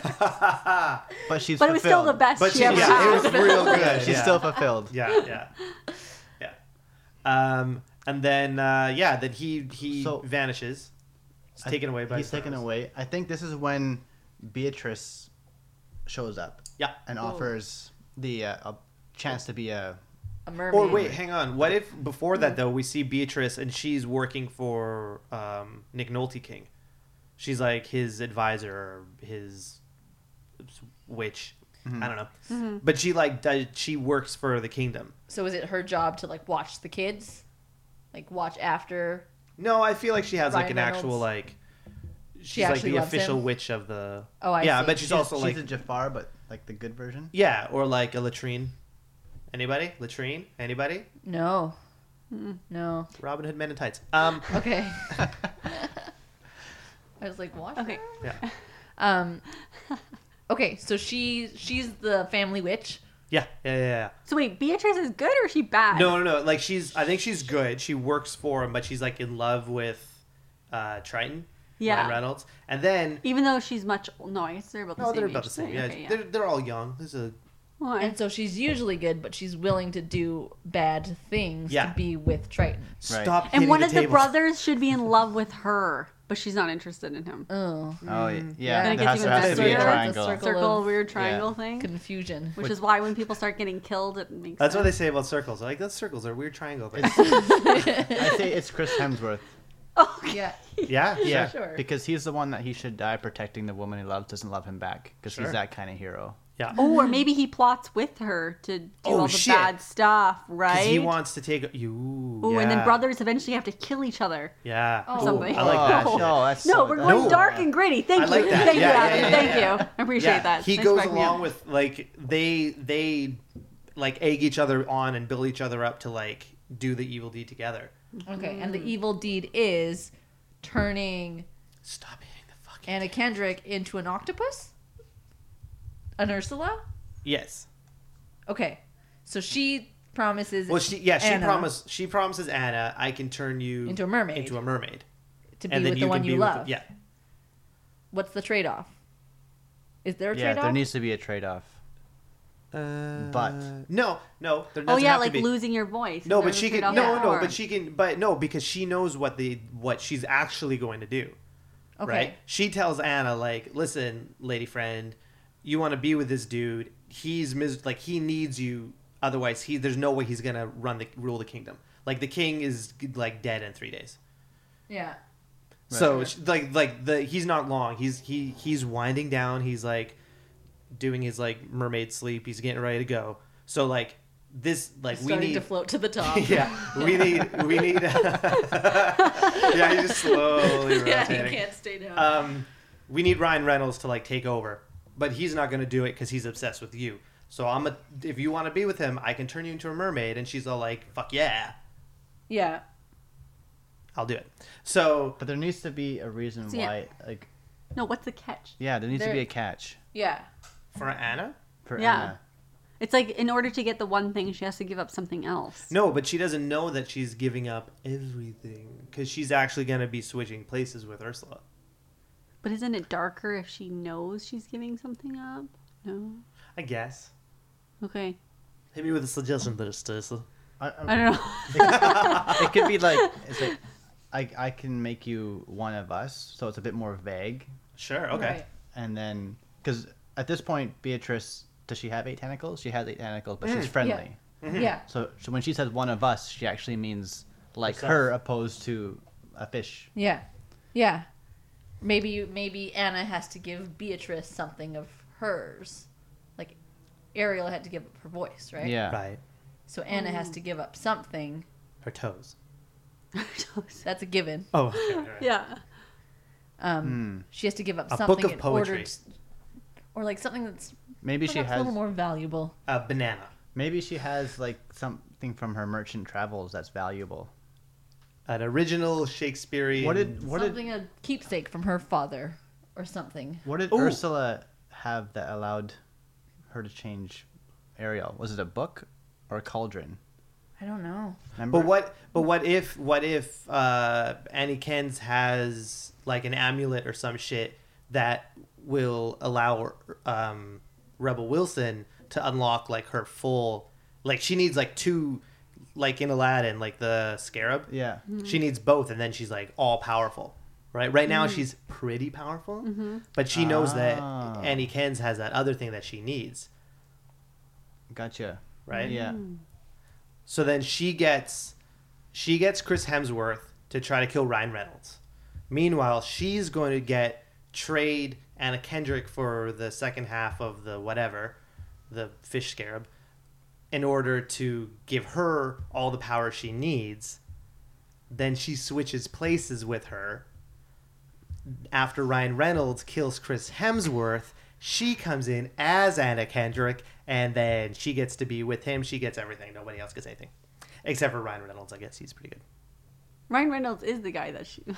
D: but she's
C: But it was still the
D: fulfilled.
C: best
B: But
C: she,
B: she,
C: ever
B: yeah,
C: had.
B: it was real good.
D: She's
B: yeah.
D: still fulfilled.
B: Yeah. Yeah. Yeah. Um. And then uh, yeah, that he he
D: So-
B: vanishes. He's
D: I-
B: taken away by
D: he's
B: his
D: taken
B: brothers.
D: away. I think this is when Beatrice shows up
B: Yeah.
D: and
A: Whoa.
D: offers the uh, a chance to be a
A: A mermaid.
B: Or wait, hang on. What if before that though we see Beatrice and she's working for um, Nick Nolte King? She's like his advisor, or his witch. I don't know,
A: Mm-hmm.
B: but she like does, she works for the kingdom.
A: So is it her job to like watch the kids, like watch after?
B: No, I feel like she has like
A: Ryan
B: an actual like. She's like
A: actually
B: the
A: loves
B: official
A: him?
B: witch of the.
A: Oh, I
B: yeah,
A: see.
B: but she's, also like
D: a Jafar, but like the good version.
B: yeah, or like a latrine. Anybody? Latrine? Anybody?
A: No. No.
B: Robin Hood Men in Tights. Um,
A: Okay. I was like, watch.
C: Okay.
A: her?
B: yeah,
A: Um. Okay, so she she's the family witch.
B: yeah, yeah, yeah. yeah.
C: So wait, Beatrice is good or is she bad?
B: No, no, no. Like she's, I think she's good. She works for him, but she's like in love with uh, Triton,
C: Yeah.
B: Ryan Reynolds, and then
C: Even though she's much no, I guess they're about the
B: no,
C: same.
B: they're
C: age.
B: about the same. Yeah,
C: Okay,
B: They're, they're all young. There's a
C: Well, I-
A: And so she's usually good, but she's willing to do bad things
B: Yeah.
A: to be with Triton.
B: stop. hitting
C: and one of the
B: table.
C: brothers should be in love with her, but she's not interested in him.
A: Oh,
D: Oh yeah, yeah.
A: Then it
D: There
C: gets
D: has,
C: even
D: there has to be a
C: messier.
D: triangle.
A: Circle
C: Circle
A: of-
C: weird triangle
D: Yeah.
C: thing,
A: confusion.
C: which is why when people start getting killed, it makes.
B: That's what
C: sense.
B: they say about circles. Like those circles are a weird triangle. But
D: I say it's Chris Hemsworth.
C: Okay.
A: Yeah.
B: yeah,
D: Yeah,
A: Sure.
D: because he's the one that he should die protecting the woman he loves doesn't love him back because
B: Sure.
D: he's that kind of hero.
B: yeah.
C: Oh, or maybe he plots with her to do
B: Oh,
C: all the
B: shit.
C: bad stuff,
B: 'Cause
C: right?
B: he wants to take you.
C: Ooh,
B: yeah.
C: and then brothers eventually have to kill each other.
B: Yeah.
A: Oh.
B: Ooh,
C: Something.
B: I like that.
D: Oh,
B: shit.
D: No, that's
C: No,
D: so-
C: we're
D: that's-
C: going
B: No.
C: dark and gritty. Thank
B: I
C: you,
B: like that. Yeah,
C: thank you,
B: yeah,
C: Adam.
B: yeah,
C: thank
B: yeah.
C: you. I appreciate that.
B: He
C: Thanks for
B: goes
C: backing me up.
B: along with like they they like egg each other on and build each other up to like do the evil deed together.
A: Okay, and the evil deed is turning
B: Stop hitting the fucking.
A: Anna Kendrick into an octopus? An Ursula?
B: Yes.
A: Okay. So she promises
B: Well, she yeah she
A: Anna
B: promised she promises Anna I can turn you
A: Into a mermaid.
B: into a mermaid
A: to be with the one you
B: with
A: love.
B: the- yeah
A: What's the trade off? Is there a
D: yeah.
A: trade off?
D: There needs to be a trade-off.
B: Uh,
D: But-
B: no no there
C: Oh
B: doesn't
C: yeah,
B: have to
C: like
B: be.
C: losing your voice.
B: no
C: Is
B: but
C: that
B: she
C: the
B: can no
C: trade-off
B: no
C: before?
B: but she can but no because she knows what the what she's actually going to do
A: okay.
B: right she tells Anna like listen lady friend you want to be with this dude he's mis- like he needs you otherwise he there's no way he's gonna run the rule the kingdom like the king is like dead in three days
A: Yeah.
B: So it's like like the he's not long. He's he he's winding down. He's like doing his like mermaid sleep. He's getting ready to go. So like this like we
A: starting
B: need
A: to float to the top.
B: yeah, we need we need. yeah, he's just slowly rotating.
A: yeah, you can't stay down.
B: Um, we need Ryan Reynolds to like take over, but he's not going to do it because he's obsessed with you. So I'm a, if you want to be with him, I can turn you into a mermaid, and she's all like, "Fuck yeah,
C: Yeah.
B: I'll do it." So
D: But there needs to be a reason
C: So, yeah.
D: why, like,
C: No, what's the catch?
D: yeah, there needs to be
A: There-
D: a catch
A: yeah.
B: for Anna,
D: for
C: Yeah.
D: Anna.
C: It's like in order to get the one thing, she has to give up something else.
B: no, but she doesn't know that she's giving up everything because she's actually going to be switching places with Ursula.
C: But isn't it darker if she knows she's giving something up? No.
B: I guess.
C: Okay.
B: Hit me with a suggestion there, Stacy.
D: I,
C: I don't know.
D: it could be like, it's like, I, I can make you one of us, so it's a bit more vague.
B: Sure. Okay.
A: Right.
D: And then, because at this point, Beatrice, does she have eight tentacles? She has eight tentacles, but she's
B: Mm.
D: friendly.
A: Yeah.
D: So, so when she says one of us, she actually means like
B: Herself.
D: her opposed to a fish.
A: Yeah. Yeah. Maybe you maybe Anna has to give Beatrice something of hers. Like Ariel had to give up her voice, right?
D: Yeah.
B: Right.
A: So Anna has to give up something.
B: Her toes.
A: That's a given.
B: Oh. okay, all right.
C: yeah.
A: Um, She has to give up
B: Hmm. A book
A: something
B: of
A: in
B: poetry.
A: order to, or like something that's
D: Maybe she
A: perhaps a
D: has.
A: little more valuable.
B: A banana.
D: Maybe she has like something from her merchant travels that's valuable.
B: An original Shakespearean.
D: What did what
A: something
D: did
A: a keepsake from her father or something.
D: what did
B: Ooh.
D: Ursula have that allowed her to change Ariel? Was it a book or a cauldron?
A: I don't know.
D: Remember?
B: But what? But what if? What if uh, Annie Kens has like an amulet or some shit that will allow um, Rebel Wilson to unlock like her full, like she needs like two, like in Aladdin, like the scarab.
D: Yeah.
B: She needs both, and then she's like all powerful. Right. Right now she's pretty powerful, but she knows
D: Ah.
B: that Annie Kens has that other thing that she needs.
D: Gotcha.
B: Right.
D: Yeah.
C: Hmm.
B: So then she gets she gets Chris Hemsworth to try to kill Ryan Reynolds. Meanwhile, she's going to get trade Anna Kendrick for the second half of the whatever, the fish scarab, in order to give her all the power she needs. Then she switches places with her. After Ryan Reynolds kills Chris Hemsworth, she comes in as Anna Kendrick, and then she gets to be with him. She gets everything. Nobody else gets anything. Except for Ryan Reynolds, I guess he's pretty good.
C: Ryan Reynolds is the guy that she.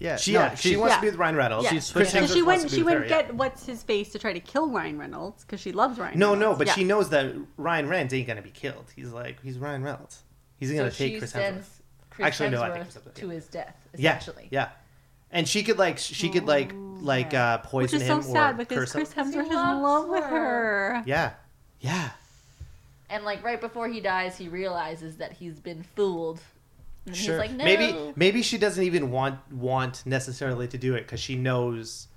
D: Yeah.
B: She,
D: no,
B: yeah, Uh, she
D: she's-
B: wants to
C: yeah.
B: be with Ryan Reynolds.
C: Yeah.
D: She's
B: Chris
D: switching-
B: Hemsworth
C: she
B: wants
C: went.
B: to be
C: She
B: with
C: went
B: her, yeah.
C: get what's his face to try to kill Ryan Reynolds because she loves Ryan.
B: No, no,
C: Reynolds.
B: but
C: Yeah.
B: she knows that Ryan Reynolds ain't gonna be killed. He's like he's Ryan Reynolds. He's gonna
A: so
B: take
A: she
B: Chris Hemsworth.
A: sends Chris
B: Actually,
A: Hemsworth
B: no, I think it's up to-
A: to his death.
B: Yeah,
A: Essentially.
B: yeah. And she could like she could like like uh,
C: Which
B: poison
C: is so
B: him
C: sad
B: or
C: because
B: curse him.
C: Chris Hemsworth is in
A: loves
C: love with
A: her.
C: her.
B: Yeah, yeah.
A: And like right before he dies, he realizes that he's been fooled. And
B: Sure.
A: he's like, no.
B: Maybe maybe she doesn't even want want necessarily to do it because she knows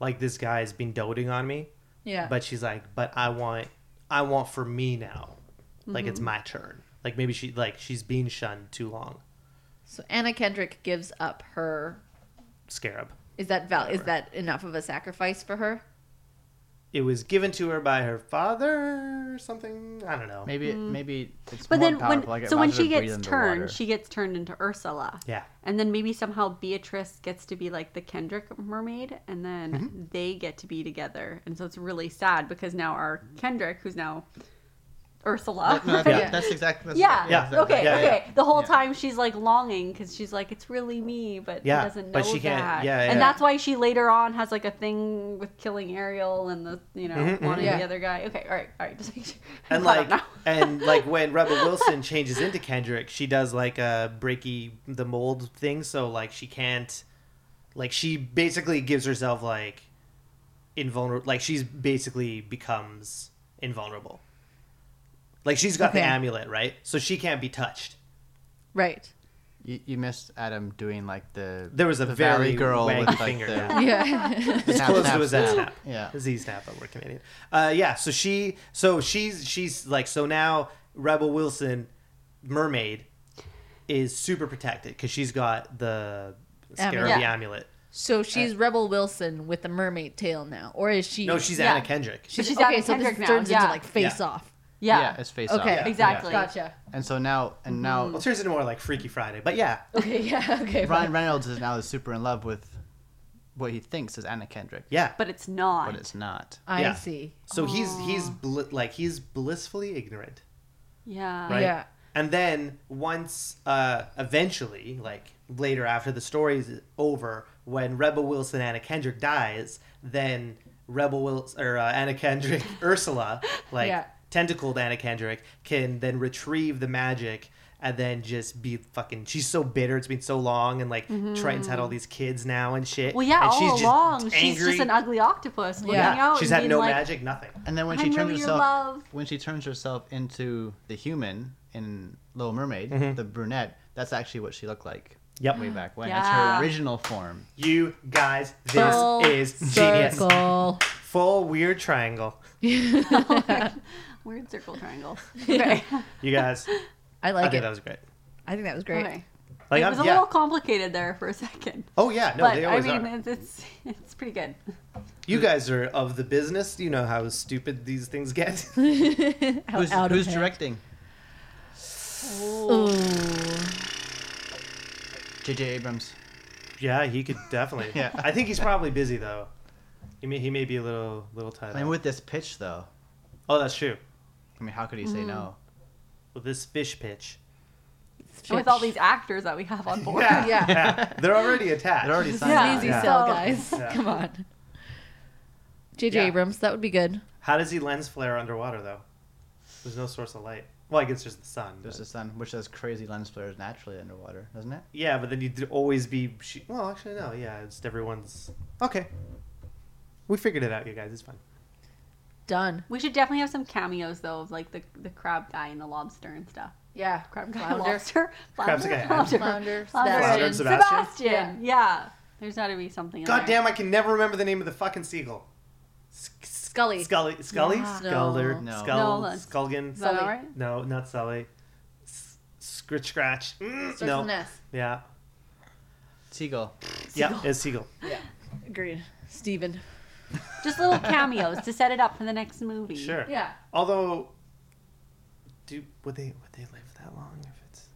B: like this guy's been doting on me.
A: Yeah.
B: But she's like, but I want I want for me now. Like
A: Mm-hmm.
B: it's my turn. Like maybe she like she's being shunned too long.
A: so Anna Kendrick gives up her.
B: Scarab.
A: Is that val? Is that enough of a sacrifice for her?
B: It was given to her by her father or something. I don't know.
D: Maybe maybe
C: Hmm.
D: it's
C: But
D: more
C: then when
D: powerful. like, it
C: so when
D: allows her
C: she
D: to breathe
C: gets
D: underwater.
C: turned, she gets turned into Ursula.
B: Yeah.
C: And then maybe somehow Beatrice gets to be like the Kendrick mermaid, and then
B: Mm-hmm.
C: they get to be together. And so it's really sad because now our Kendrick, who's now Ursula.
D: No, that's,
A: Yeah.
D: that's exactly. That's
C: yeah.
B: Yeah.
D: exactly-
C: Okay.
B: Yeah, yeah,
C: okay. The whole
D: Yeah.
C: time she's like longing because she's like, it's really me, but
B: Yeah,
C: she doesn't know
B: but she can't-
C: that.
B: yeah, yeah.
C: And that's why she later on has like a thing with killing Ariel and the you know wanting
A: mhm.
C: the other guy. Okay. All right. All right. Just make sure.
B: Mm-hmm, and
C: I
B: like
C: don't know.
B: and like when Rebel Wilson changes into Kendrick, she does like a breaky the mold thing, so like she can't like she basically gives herself like invulnerable like she's basically becomes invulnerable. Like she's got the
A: Okay.
B: amulet, right? So she can't be touched.
A: Right.
D: You, you missed Adam doing like the
B: There was a
D: the
B: very
D: valley girl
B: waggy
D: with like
B: finger,
D: the
B: yeah.
A: Yeah.
D: snap,
B: close
D: snap,
B: to a Z snap.
D: Yeah.
B: Z snap, but we're Canadian. Uh, yeah, so she, so she's, she's like, so now Rebel Wilson, mermaid, is super protected because she's got the scarab
A: Amulet.
C: Yeah.
B: amulet.
A: so she's Rebel Wilson with a mermaid tail now, or is she?
B: No, she's
C: Yeah.
B: Anna Kendrick.
A: She's,
C: She's
A: okay,
C: Anna
A: so
C: Kendrick
A: this
C: now,
A: turns
C: yeah.
A: into like face off.
C: Yeah.
D: yeah it's face
C: Okay, Hmm.
D: off.
C: exactly.
A: Gotcha.
D: And so now, and now,
B: Well, it turns into more like Freaky Friday, but yeah,
A: Okay. Yeah. Okay.
D: Ryan
A: fine.
D: Reynolds is now super in love with what he thinks is Anna Kendrick,
B: yeah.
C: But it's not.
D: but it's not.
A: I
B: Yeah.
A: see.
B: So he's he's bl- like he's blissfully ignorant,
C: yeah.
B: right?
A: Yeah.
B: And then once, uh, eventually, like later after the story's over, when Rebel Wilson Anna Kendrick dies, then Rebel Wilson or uh, Anna Kendrick Ursula, like
A: Yeah.
B: tentacled Anna Kendrick, can then retrieve the magic and then just be fucking. She's so bitter. It's been so long, and like Triton's had all these kids now and shit.
C: Mm-hmm. Well, yeah,
B: and
C: all along, she's just an ugly octopus looking
A: Yeah.
C: out.
B: she's
C: and
B: had
C: being
B: no
C: like,
B: magic, nothing.
D: And then when
C: I'm
D: she turns
C: really your
D: herself
C: love.
D: when she turns herself into the human in Little Mermaid, the brunette, that's actually what she looked like
B: Yep.
D: way back when.
C: Yeah.
D: That's her original form.
B: You guys, this
A: Full
B: is genius.
A: Circle.
B: Full weird triangle.
C: Weird circle triangle.
A: Okay.
B: You guys,
A: I
B: I
A: like
B: think
A: it.
B: that was great.
A: I think that was great.
C: Okay.
B: Like,
C: it
B: I'm-
C: was a
B: yeah.
C: little complicated there for a second.
B: Oh yeah, no,
C: but
B: they
C: I
B: always
C: mean,
B: are.
C: it's, it's it's pretty good.
B: You guys are of the business. You know how stupid these things get.
A: How
D: who's
A: out of
D: who's
A: hand.
D: directing?
A: Ooh.
D: JJ Abrams.
B: yeah, he could definitely.
D: Yeah.
B: I think he's probably busy though. He may he may be a little little tied
D: I mean
B: up.
D: with this pitch though,
B: Oh, that's true.
D: I mean how could he
A: Mm-hmm.
D: say no?
B: With this fish pitch.
C: And with all these actors that we have on board.
A: Yeah.
B: They're already attached.
D: It already signed
A: It's
C: Yeah.
A: an easy
B: Yeah.
A: sell,
C: So-
A: guys.
B: Yeah.
A: Come on. JJ
B: Yeah.
A: Abrams, that would be good.
B: How does he lens flare underwater though? There's no source of light. Well, I guess there's the sun.
D: There's
B: but-
D: the sun, which does crazy lens flares naturally underwater, doesn't it?
B: Yeah, but then you'd always be. Sh- well, actually, no. Yeah, it's everyone's. Okay. We figured it out, you guys. It's fine.
A: Done.
C: We should definitely have some cameos though of like the the crab guy and the lobster and stuff.
A: Yeah.
C: Crab guy,
A: Flounder.
C: lobster,
B: Crab's
C: flounder,
B: guy.
C: lobster,
A: Flounder,
C: Flounder,
B: Flounder
A: Sebastian.
B: and Sebastian.
C: Sebastian. Yeah. There's got to be something. in
B: God
C: there.
B: damn, I can never remember the name of the fucking seagull. S-
A: Scully.
B: Scully. Scully?
A: Yeah.
B: Sculder.
D: No.
B: Skull.
C: No, that's-
B: Skulgan.
C: Is that
A: Sully.
C: all right?
B: No, not Sully. S- Scritch Scratch. Mm,
A: Starts with an
B: no.
A: S.
B: Yeah.
D: Seagull.
B: Yeah, it's Seagull.
A: Agreed. Steven.
C: Just little cameos to set it up for the next movie.
B: Sure.
A: Yeah.
B: Although, do would they would they live that long if it's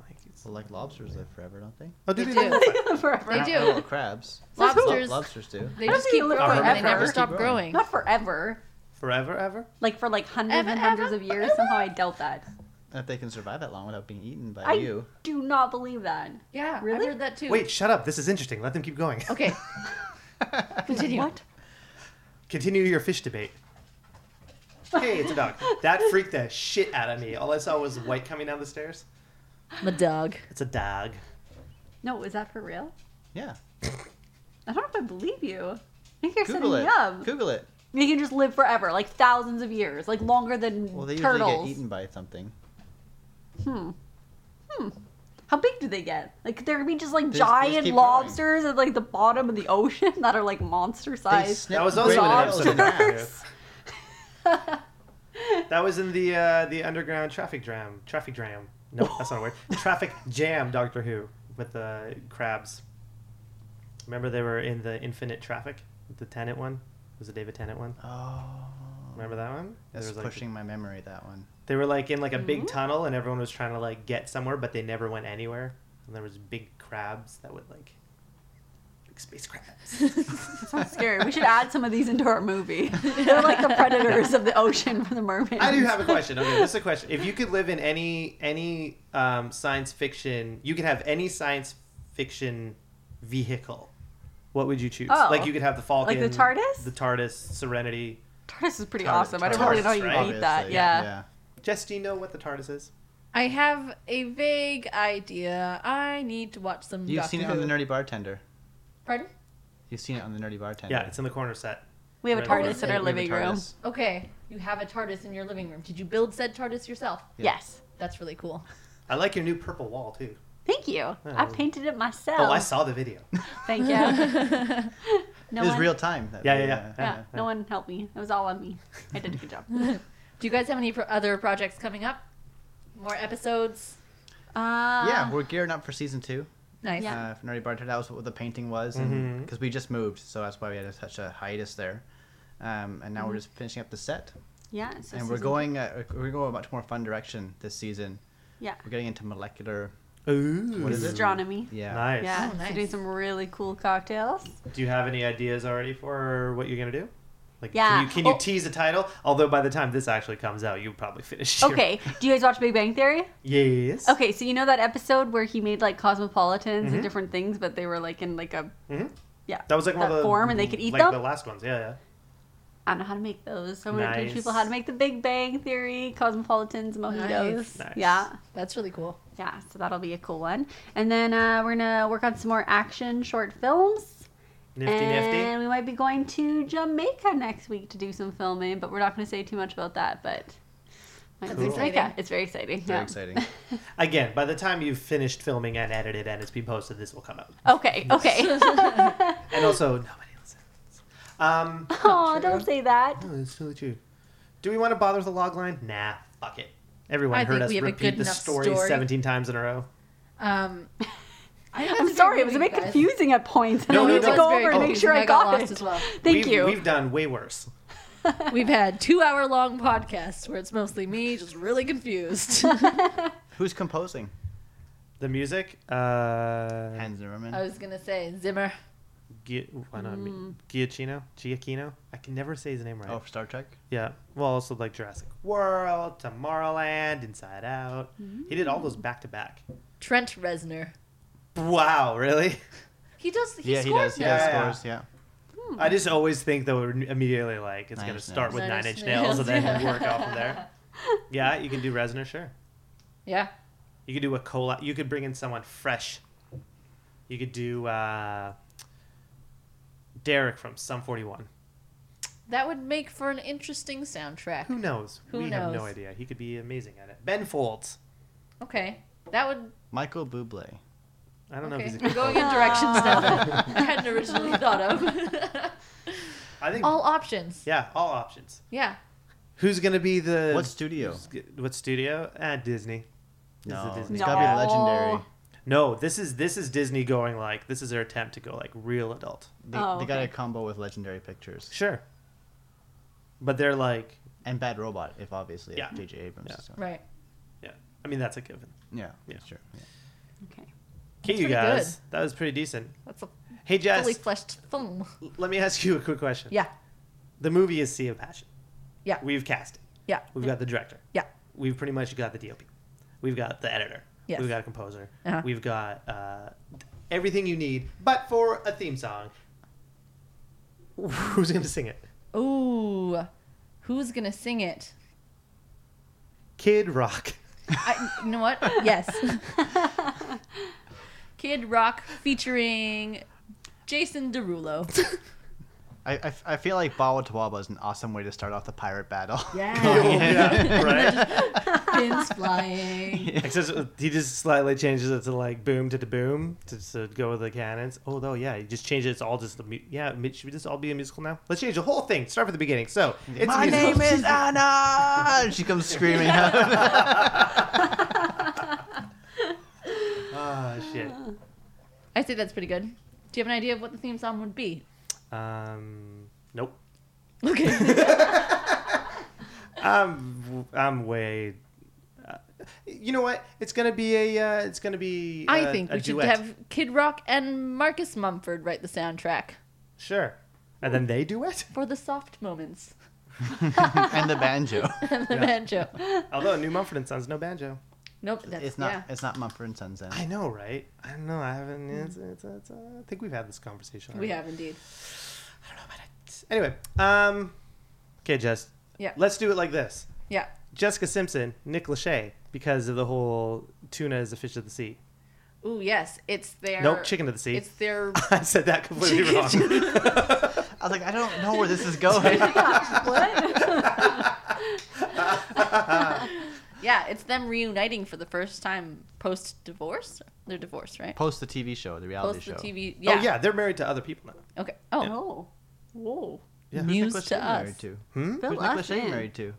B: like it's?
D: Well, like lobsters live forever, don't they?
B: Oh, do
A: They do.
B: they, live?
C: Forever.
A: They
D: Not-
A: do.
D: not little crabs.
A: Lobsters.
D: Lo- lobsters do.
A: They
C: How
A: just
C: do
A: keep
C: you live
A: growing. They
B: forever?
A: never
B: Keep
A: stop
D: growing.
A: growing.
C: Not forever.
B: forever, ever?
C: Like for like hundreds
A: Ever,
C: and hundreds
A: ever,
C: of years. Somehow I doubt that.
D: That they can survive that long without being eaten by
C: I
D: you.
C: do not believe that.
A: Yeah.
C: Really?
A: I heard that too.
B: Wait, shut up. This is interesting. Let them keep going.
A: Okay. Continue.
C: What?
B: Continue your fish debate. Hey, it's a dog. That freaked the shit out of me. All I saw was white coming down the stairs.
A: My dog.
B: It's a dog.
C: No, is that for real?
D: Yeah.
C: I don't know if I believe you. I think you're
D: Google
C: setting
D: it.
C: me up.
D: Google it.
C: They can just live forever, like thousands of years, like longer than
D: Well, they usually
C: turtles.
D: get eaten by something.
C: How big do they get? Like there could be just like
D: just
C: giant
D: keep growing.
C: lobsters at like the bottom of the ocean that are like monster
D: They
C: sized.
D: snip
B: That was
D: the
B: also
D: whale
B: an
D: out
B: episode
D: of
B: of that.
D: the-
B: Yes. That was in the uh, the underground traffic jam. Traffic jam. No, that's not a word. Traffic jam. Doctor Who with the crabs. Remember they were in the Infinite Traffic, the Tennant one. It was the David Tennant one.
D: Oh,
B: Remember that one? There
D: that's
B: was, like,
D: pushing my memory. That one.
B: They were like in like a big tunnel, and everyone was trying to like get somewhere, but they never went anywhere. And there was big crabs that would like, big space crabs.
C: Sounds scary. We should add some of these into our movie. They're like the predators of the ocean for the mermaids.
B: I do have a question. Okay, this is a question. If you could live in any any um, science fiction, you could have any science fiction vehicle. What would you choose?
C: Oh.
B: Like you could have the Falcon,
C: the TARDIS?
B: the TARDIS, Serenity.
C: TARDIS is pretty
B: Tar-
C: awesome. I don't really know how you
B: Tarsus,
C: beat that.
D: Obviously,
C: Yeah.
B: Jess, do you know what the TARDIS is?
A: I have a vague idea. I need to watch some.
D: You've
A: Doctor
D: seen it
A: Who.
D: on the Nerdy Bartender.
A: Pardon?
D: You've seen it on the Nerdy Bartender.
B: Yeah, it's in the corner set.
C: We have a
B: Right.
C: TARDIS in our
D: We have a
C: living room.
D: TARDIS.
A: Okay. You have a TARDIS in your living room. Did you build said TARDIS yourself?
D: Yeah.
C: Yes.
A: That's really cool.
B: I like your new purple wall too.
C: Thank you. I painted it myself.
B: Oh, I saw the video.
C: Thank you. No
D: it was
C: one,
D: real time. that- uh,
B: Yeah, yeah, yeah.
C: Yeah, no one helped me. It was all on me. I did a good job.
A: Do you guys have any pro- other projects coming up? More episodes?
C: Uh,
D: Yeah, we're gearing up for season two.
A: Nice.
C: Yeah.
D: Uh, for Nerdy Bartender, that was what the painting was, because
B: Mm-hmm.
C: Mm-hmm.
D: we just moved, so that's why we had such a hiatus there. Um, and now we're just finishing up the set.
C: Yeah. So
D: and we're
C: season-
D: going uh, we're going a much more fun direction this season.
C: Yeah.
D: We're getting into molecular.
B: Ooh.
D: What is it?
C: Astronomy.
D: Yeah.
B: Nice.
C: Yeah.
A: Oh, nice.
C: So doing some really cool cocktails.
B: Do you have any ideas already for what you're gonna do? Like,
C: Yeah.
B: can you, can you
C: Oh.
B: tease a title? Although by the time this actually comes out, you'll probably finish. your-
C: Okay. Do you guys watch Big Bang Theory?
B: Yes.
C: Okay, so you know that episode where he made like cosmopolitans
B: Mhm.
C: and different things, but they were like in like a
B: hmm
C: yeah.
B: That was like one
C: that
B: of the
C: form, and they could eat
B: like
C: them.
B: the last ones. Yeah, yeah.
C: I don't know how to make those. So I'm gonna teach
B: Nice.
C: people how to make the Big Bang Theory, cosmopolitans, mojitos.
A: Nice.
B: Nice.
C: Yeah,
A: That's really cool.
C: yeah. So that'll be a cool one. And then uh, we're gonna work on some more action short films.
B: Nifty,
C: and
B: nifty.
C: we might be going to Jamaica next week to do some filming, but we're not gonna say too much about that. But might
B: Cool.
C: be Jamaica.
A: exciting.
C: It's very exciting.
D: Very
C: yeah.
D: exciting.
B: Again, by the time you've finished filming and edited and it's been posted, this will come out.
C: Okay. Okay.
B: And also, nobody listens. Um,
C: oh, don't say that.
B: no, it's totally true. Do we want to bother with the log line? Nah, fuck it. Everyone
A: I
B: heard
A: think
B: us
A: we have a
B: repeat
A: good
B: the
A: enough
B: story,
A: story.
B: 17 times in a row.
A: Um, I think that's a
C: I'm
A: great
C: sorry. It was a
A: movie,
C: bit
A: guys.
C: confusing at points.
B: No,
C: I
B: no,
C: need
B: no.
C: to
A: It's very
C: go over and make
A: confusing.
C: sure I,
A: I got
C: got,
A: lost
C: it.
A: as well.
C: Thank
B: we've,
C: you.
B: We've done way worse.
A: We've had two hour long podcasts where it's mostly me just really confused.
D: Who's composing?
B: The music, uh,
D: Hans Zimmerman.
A: I was gonna say Zimmer.
B: Gia, why not me?
C: Mm.
B: Giacchino? Giacchino? I can never say his name right.
D: Oh, for Star Trek.
B: Yeah. Well, also like Jurassic World, Tomorrowland, Inside Out. He did all those
A: Mm.
B: back to back.
A: Trent Reznor.
B: Wow, really?
A: He does. He
D: yeah, he
A: scores.
D: does.
A: He
D: Yeah,
B: now. Yeah, yeah.
D: scores. Yeah.
A: Hmm.
B: I just always think though immediately like it's
D: Nine
B: gonna
D: Inch
B: start
D: Nails.
B: with
A: Nine
B: Nine
A: Inch
B: Inch Nails and then
A: Nails, yeah.
B: work off from there. Yeah, you can do Reznor, sure.
A: Yeah.
B: You could do a cola. You could bring in someone fresh. You could do uh, Derek from Sum 41.
A: That would make for an interesting soundtrack.
B: Who knows?
A: Who
B: we have no
A: knows?
B: idea. He could be amazing at it. Ben Folds.
A: Okay. That would.
D: Michael Bublé.
B: I don't know
A: Okay.
B: if he's a
A: We're going
B: composer.
A: in directions now. that I hadn't originally thought of.
B: I think.
A: All options.
B: yeah, all options.
A: Yeah.
B: Who's gonna be the
D: What studio?
B: who's g- What studio? Ah, Disney. This is
D: No,
B: Disney.
D: it's gotta be
C: No.
D: legendary.
B: No, this is this is Disney going like this is their attempt to go like real adult.
D: They,
C: Oh,
D: they got a
C: okay.
D: combo with Legendary Pictures
B: Sure. But they're like,
D: and Bad Robot, if obviously
B: Yeah.
D: if J.J. Abrams.
B: Yeah.
D: Is doing it.
A: Right.
B: yeah. I mean, that's a given.
D: Yeah,
B: Yeah.
D: sure. Yeah.
C: Okay.
B: Okay, you
A: pretty
B: guys, that was pretty decent.
A: That's a
B: Hey, Jess,
A: fully fleshed film.
B: let me ask you a quick question.
A: Yeah.
B: The movie is Sea of Passion.
A: Yeah.
B: We've cast it.
A: Yeah.
B: We've got the director.
A: Yeah.
B: We've pretty much got the DOP. We've got the editor.
A: Yes.
B: We've got a composer.
A: Uh-huh.
B: We've got uh, everything you need, but for a theme song. Who's going to sing it?
A: Ooh. Who's gonna sing it?
B: Kid Rock.
A: I, you know what? Yes. Kid Rock featuring Jason Derulo.
D: I, I, I feel like Bawa Tawaba is an awesome way to start off the pirate battle.
B: yeah, right?
A: Fins flying.
B: Except he just slightly changes it to like boom to the boom to, to go with the cannons. Oh no, yeah, he just changed it. It's all just a mu- yeah. mi- Should we just all be a musical now? Let's change the whole thing. Start from the beginning. So it's
D: My
B: a musical.
D: name is Anna, and she comes screaming out.
B: Ah shit.
A: I say that's pretty good. Do you have an idea of what the theme song would be?
B: Um, nope.
A: Okay.
B: I'm I'm way. Uh, you know what? It's gonna be a. Uh, it's gonna be.
A: I
B: uh,
A: think
B: a
A: we should
B: duet.
A: have Kid Rock and Marcus Mumford write the soundtrack
B: Sure. And then they do it.
A: for the soft moments
D: and the banjo.
A: and the
B: Yeah.
A: banjo.
B: Although New Mumford and Sons no banjo.
A: Nope, that's
D: it's not.
A: yeah.
D: It's not Mumford and Sons. Then.
B: I know, right? I don't know. I haven't. It's, it's, it's, uh, I think we've had this conversation.
A: Mm. We
B: already.
A: have indeed.
B: Anyway, um, okay, Jess.
A: Yeah.
B: Let's do it like this.
A: Yeah.
B: Jessica Simpson, Nick Lachey, because of the whole tuna is a fish of the sea.
A: Ooh, yes. It's their.
B: Nope, chicken of the sea.
A: It's their.
B: I said that completely wrong. Oh,
D: I was like, I don't know where this is going.
A: Yeah, it's them reuniting for the first time post divorce. They're divorced, right?
D: Post the TV show, the reality
A: Post the
D: show.
A: TV.
B: Oh
A: Yeah.
B: yeah, they're married to other people now.
A: Okay. Oh,
C: Oh. Whoa.
B: Yeah.
D: Who's
A: news
D: Nicolas
A: to
D: Cage
A: us.
D: Married to?
B: Hmm?
D: Who's
C: Fill
D: Nicolas
C: us
D: Cage
C: in.
D: married to?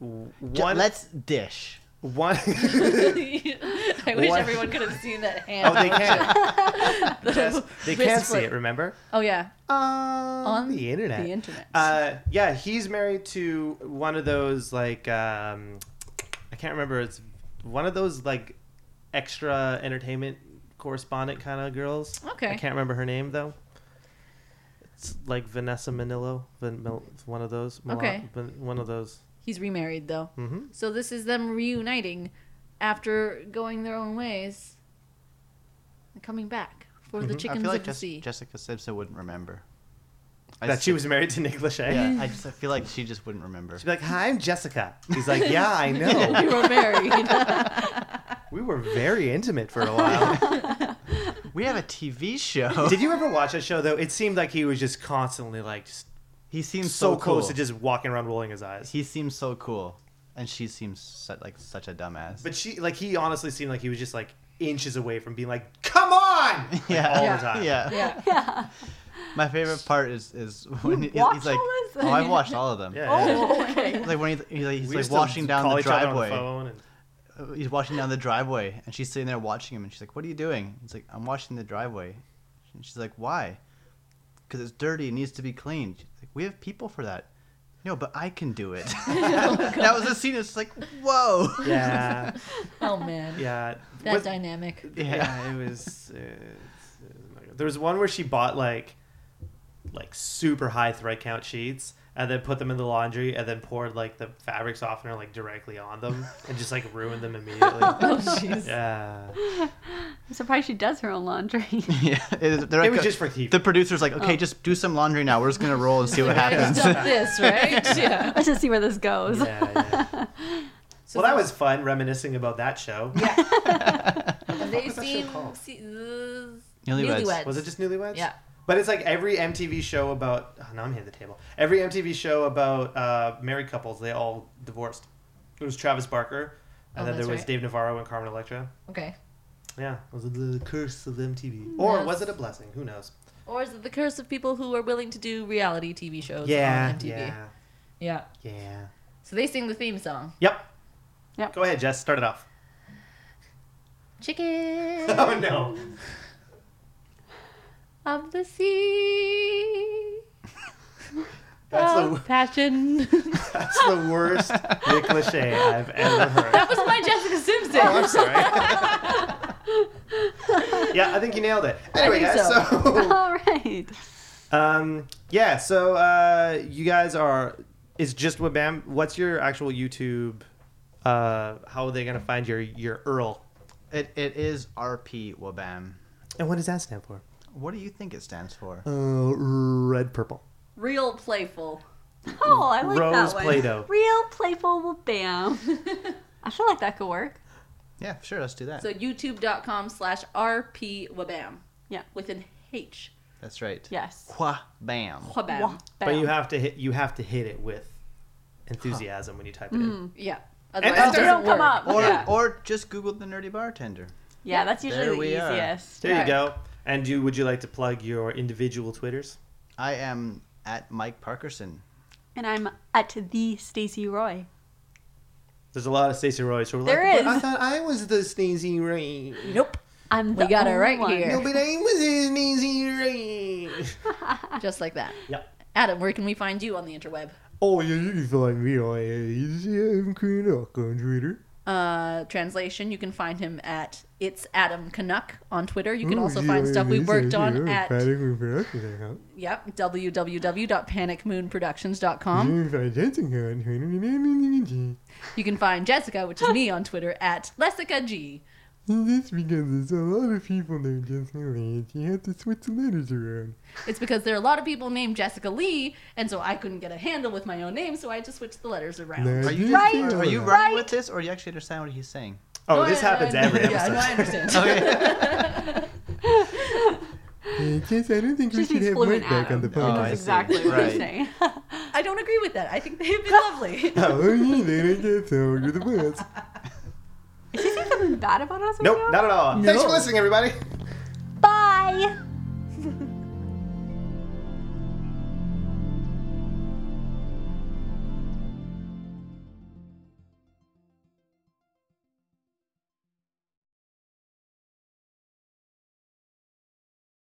B: W-
D: J-
B: One,
D: Let's dish.
B: one,
A: I wish
B: What?
A: everyone could have seen that hand.
B: Oh, they can't.
A: The
B: Yes, they
A: wrist
B: can't see
A: flip.
B: it. Remember?
A: Oh yeah,
B: on Uh, the internet.
A: The internet.
B: Uh, yeah, he's married to one of those like um, I can't remember. It's one of those like extra entertainment correspondent kind of girls.
A: Okay.
B: I can't remember her name though. It's like Vanessa Manillo, Van, Mil- one of those. Mil-
A: Okay.
B: Van- One of those.
A: He's remarried though.
B: Mm-hmm.
A: So this is them reuniting after going their own ways and coming back for
B: Mm-hmm.
A: the
D: I
A: chickens
D: feel like
A: of the
D: Jes-
A: sea.
D: Jessica Simpson wouldn't remember. I
B: That
D: just-
B: she was married to Nick Lachey.
D: Yeah, I just I feel like she just wouldn't remember.
B: She'd be like, "Hi, I'm Jessica." He's like, "Yeah, I know.
A: we were married.
B: we were very intimate for a while."
D: We have a TV show.
B: Did you ever watch that show though? It seemed like he was just constantly like just
D: He seems
B: so,
D: so,
B: close
D: cool.
B: to just walking around rolling his eyes.
D: He seems so cool, and she seems su- like such a dumbass.
B: But she, like, he honestly seemed like he was just like inches away from being like, "Come on!" Like,
D: yeah,
B: all
A: Yeah.
B: the time.
D: Yeah.
A: yeah.
F: Yeah.
D: My favorite part is is when he-
F: watch
D: he's like,
F: all this?
D: oh, I've watched all of them.
B: Yeah.
F: Oh, okay.
D: Like when he, he's like, he's
B: We
D: like
B: used to
D: washing down
B: call
D: the
B: each other on
D: driveway.
B: phone and-
D: Uh, he's washing down the driveway and she's sitting there watching him and she's like what are you doing he's like i'm washing the driveway and she's like why because it's dirty it needs to be cleaned she's like we have people for that no but i can do it that was the scene it's like whoa
B: yeah,
A: Oh man.
B: yeah.
A: That
B: Was-
A: dynamic.
D: Yeah.
B: yeah, it was. Uh, there was one where she bought like, like super high thread count sheets. And then put them in the laundry, and then poured like the fabric softener like directly on them, and just like ruined them immediately.
A: Oh jeez.
B: yeah,
C: I'm surprised she does her own laundry.
D: yeah it, is- they're
B: it
D: like,
B: was just for TV.
D: the producer's like okay
C: Oh.
D: just do some laundry now we're just gonna roll and see what
A: Right,
D: happens
A: Stop this, right? Yeah.
C: Let's just see where this goes.
B: yeah, yeah.
A: So
B: Well, that was fun reminiscing about that show.
A: they
B: was that show
A: seem
B: called?
A: see, uh,
D: Newlyweds.
B: Was it just Newlyweds?
A: Yeah.
B: But it's like every MTV show about. Oh, now I'm hitting the table. Every MTV show about uh, married couples, they all divorced. It was Travis Barker,
A: Oh,
B: and then there
A: that's
B: was
A: right.
B: Dave Navarro and Carmen Electra.
A: Okay.
B: Yeah, it was the curse of MTV, or
A: Yes.
B: was it a blessing? Who knows?
A: Or is it the curse of people who are willing to do reality TV shows
B: yeah,
A: on MTV?
B: yeah,
A: Yeah.
B: yeah.
A: So they sing the theme song.
B: Yep.
C: Yep.
B: Go ahead, Jess. Start it off.
A: Chicken
B: Oh no.
A: of the sea.
B: That's
A: of
B: the
A: passion. that
B: that's the worst Nick Lachey I've ever heard.
A: was my Jessica Simpson.
B: Oh, I'm sorry. yeah, I think you nailed it. Anyway,
A: think
B: guys,
A: so.
B: so
C: All right.
B: Um, yeah, so uh, you guys are. It's just what Bam. What's your actual YouTube? Uh, how are they gonna find your your URL?
D: it, it is rp wabam
B: And what does that stand for?
D: what do you think it stands for
B: Uh, red purple.
A: Real playful.
C: Oh, I like
B: Rose
C: that one.
B: Play-Doh.
C: Real playful bam. I feel like that could work.
D: yeah sure let's do that
A: So youtube.com slash rpwabam.
C: Yeah.
A: With an H.
D: that's right
C: Yes.
D: wabam
A: Wabam.
C: Wah,
B: But you
C: bam.
B: have to hit. You have to hit it with enthusiasm when you type it in.
A: Yeah.
B: that
A: it
C: They
B: doesn't
C: don't
A: doesn't
C: come
A: work.
C: up.
D: Or,
C: yeah.
D: or just Google the nerdy bartender.
C: Yeah, that's usually
D: There
C: the
D: we are.
C: easiest.
B: There
A: Right.
B: you go. And you would you like to plug your individual twitters?
D: I am at Mike Parkerson.
C: And I'm at the Stacy Roy.
B: There's a lot of Stacey Roy. So we're
C: There
B: like,
C: is.
B: "But I thought I was the Stacey Roy.
A: Nope.
C: I'm the
A: We got it
C: only
A: right
C: one.
A: here.
B: No, but I was the Stacey Roy.
A: Just like that.
B: Yep.
A: Adam, where can we find you on the interweb?
B: Oh, yeah, you can find me Oh, on ACM Queen Rock on Twitter.
A: Uh, translation, you can find him at It's Adam Canuck on Twitter. You can
B: Ooh,
A: also
B: yeah,
A: find
B: yeah,
A: stuff we
B: yeah,
A: worked
B: yeah,
A: on
B: yeah,
A: at
B: Panic Room Productions account.
A: yep, www.panicmoonproductions.com.
B: You can find dancing here on Twitter.
A: You can find Jessica, which is me, on Twitter at Lessica G.
B: This because there's a lot of people named Jessica Lee, and she had to switch the letters around.
A: It's because there are a lot of people named Jessica Lee, and so I couldn't get a handle with my own name, so I had to switch the letters around.
B: Now
D: Are you,
B: this
C: Right,
B: is
D: are you
B: all
D: running with this, or do you actually understand what he's saying?
B: Oh,
A: No,
B: this
A: I- I-
B: happens every
A: yeah,
B: episode.
A: no, I understand.
D: Okay.
B: Uh, Jess, I don't think
C: She
B: we should
C: speaks
B: have
C: fluent
B: Mike back on the
D: Adam. Oh,
B: podcast.
D: I see.
C: Exactly what
D: Right.
C: I'm saying.
A: I don't agree with that. I think they'd be lovely.
B: Oh, yeah, then I guess I'll do the best.
C: Is he saying something bad about us right
B: Nope,
C: now?
B: not at all. Thanks for listening, everybody.
C: Bye.